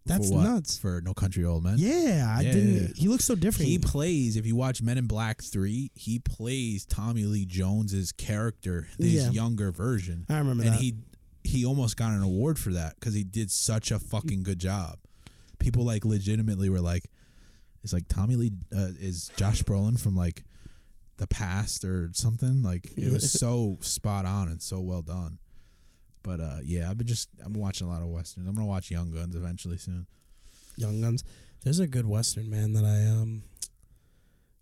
Speaker 7: That's
Speaker 6: for what?
Speaker 7: nuts.
Speaker 6: for No Country Old Men.
Speaker 7: yeah, I
Speaker 6: Yeah,
Speaker 7: didn't.
Speaker 6: yeah, yeah.
Speaker 7: He looks so different.
Speaker 6: He plays. If you watch Men in Black Three, he plays Tommy Lee Jones's character, his
Speaker 7: Yeah.
Speaker 6: younger version.
Speaker 7: I remember
Speaker 6: and
Speaker 7: that.
Speaker 6: he he almost got an award for that because he did such a fucking good job. People like legitimately were like, "It's like Tommy Lee uh, is Josh Brolin from like the past or something." Like it was so spot on and so well done. But uh, yeah, I've been just I've been watching a lot of westerns. I'm gonna watch Young Guns eventually soon.
Speaker 7: Young Guns. There's a good western man that I um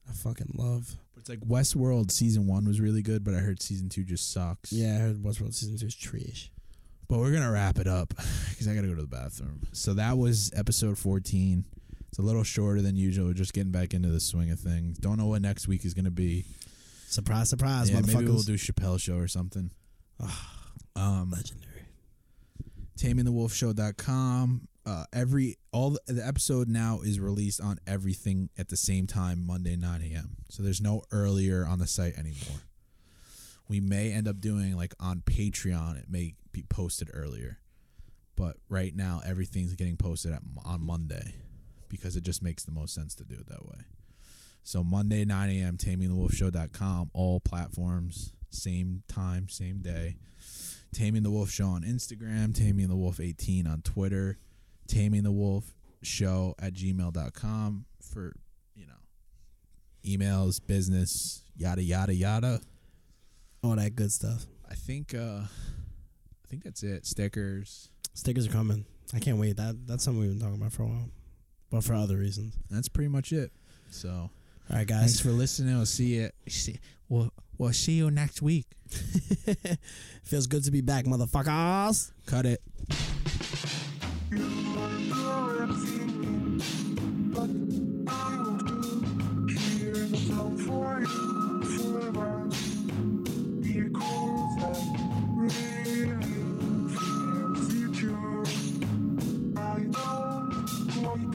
Speaker 7: I fucking love.
Speaker 6: It's like Westworld season one was really good, but I heard season two just sucks.
Speaker 7: Yeah, I heard Westworld season two is trash.
Speaker 6: But we're gonna wrap it up because I gotta go to the bathroom. So that was episode fourteen. It's a little shorter than usual. We're just getting back into the swing of things. Don't know what next week is gonna be.
Speaker 7: Surprise, surprise,
Speaker 6: Yeah,
Speaker 7: motherfuckers.
Speaker 6: maybe we'll do Chappelle show or something. um,
Speaker 7: legendary.
Speaker 6: tamingthewolfshow.com. Uh, every all the, the episode now is released on everything at the same time Monday 9 a.m. So there's no earlier on the site anymore. We may end up doing like on Patreon. It may be posted earlier, but right now everything's getting posted at, on Monday because it just makes the most sense to do it that way. So Monday 9 a.m. tamingthewolfshow.com. All platforms, same time, same day. Taming the Wolf Show on Instagram, Taming the Wolf 18 on Twitter, Taming the Wolf Show at gmail.com for, you know, emails, business, yada, yada, yada.
Speaker 7: All that good stuff.
Speaker 6: I think, uh, I think that's it. Stickers.
Speaker 7: Stickers are coming. I can't wait. That that's something we've been talking about for a while, but for other reasons.
Speaker 6: That's pretty much it. So
Speaker 7: All right,
Speaker 6: thanks
Speaker 7: guys.
Speaker 6: for listening. We'll see you. See, we'll, we'll see you next week.
Speaker 7: Feels good to be back, motherfuckers.
Speaker 6: Cut it.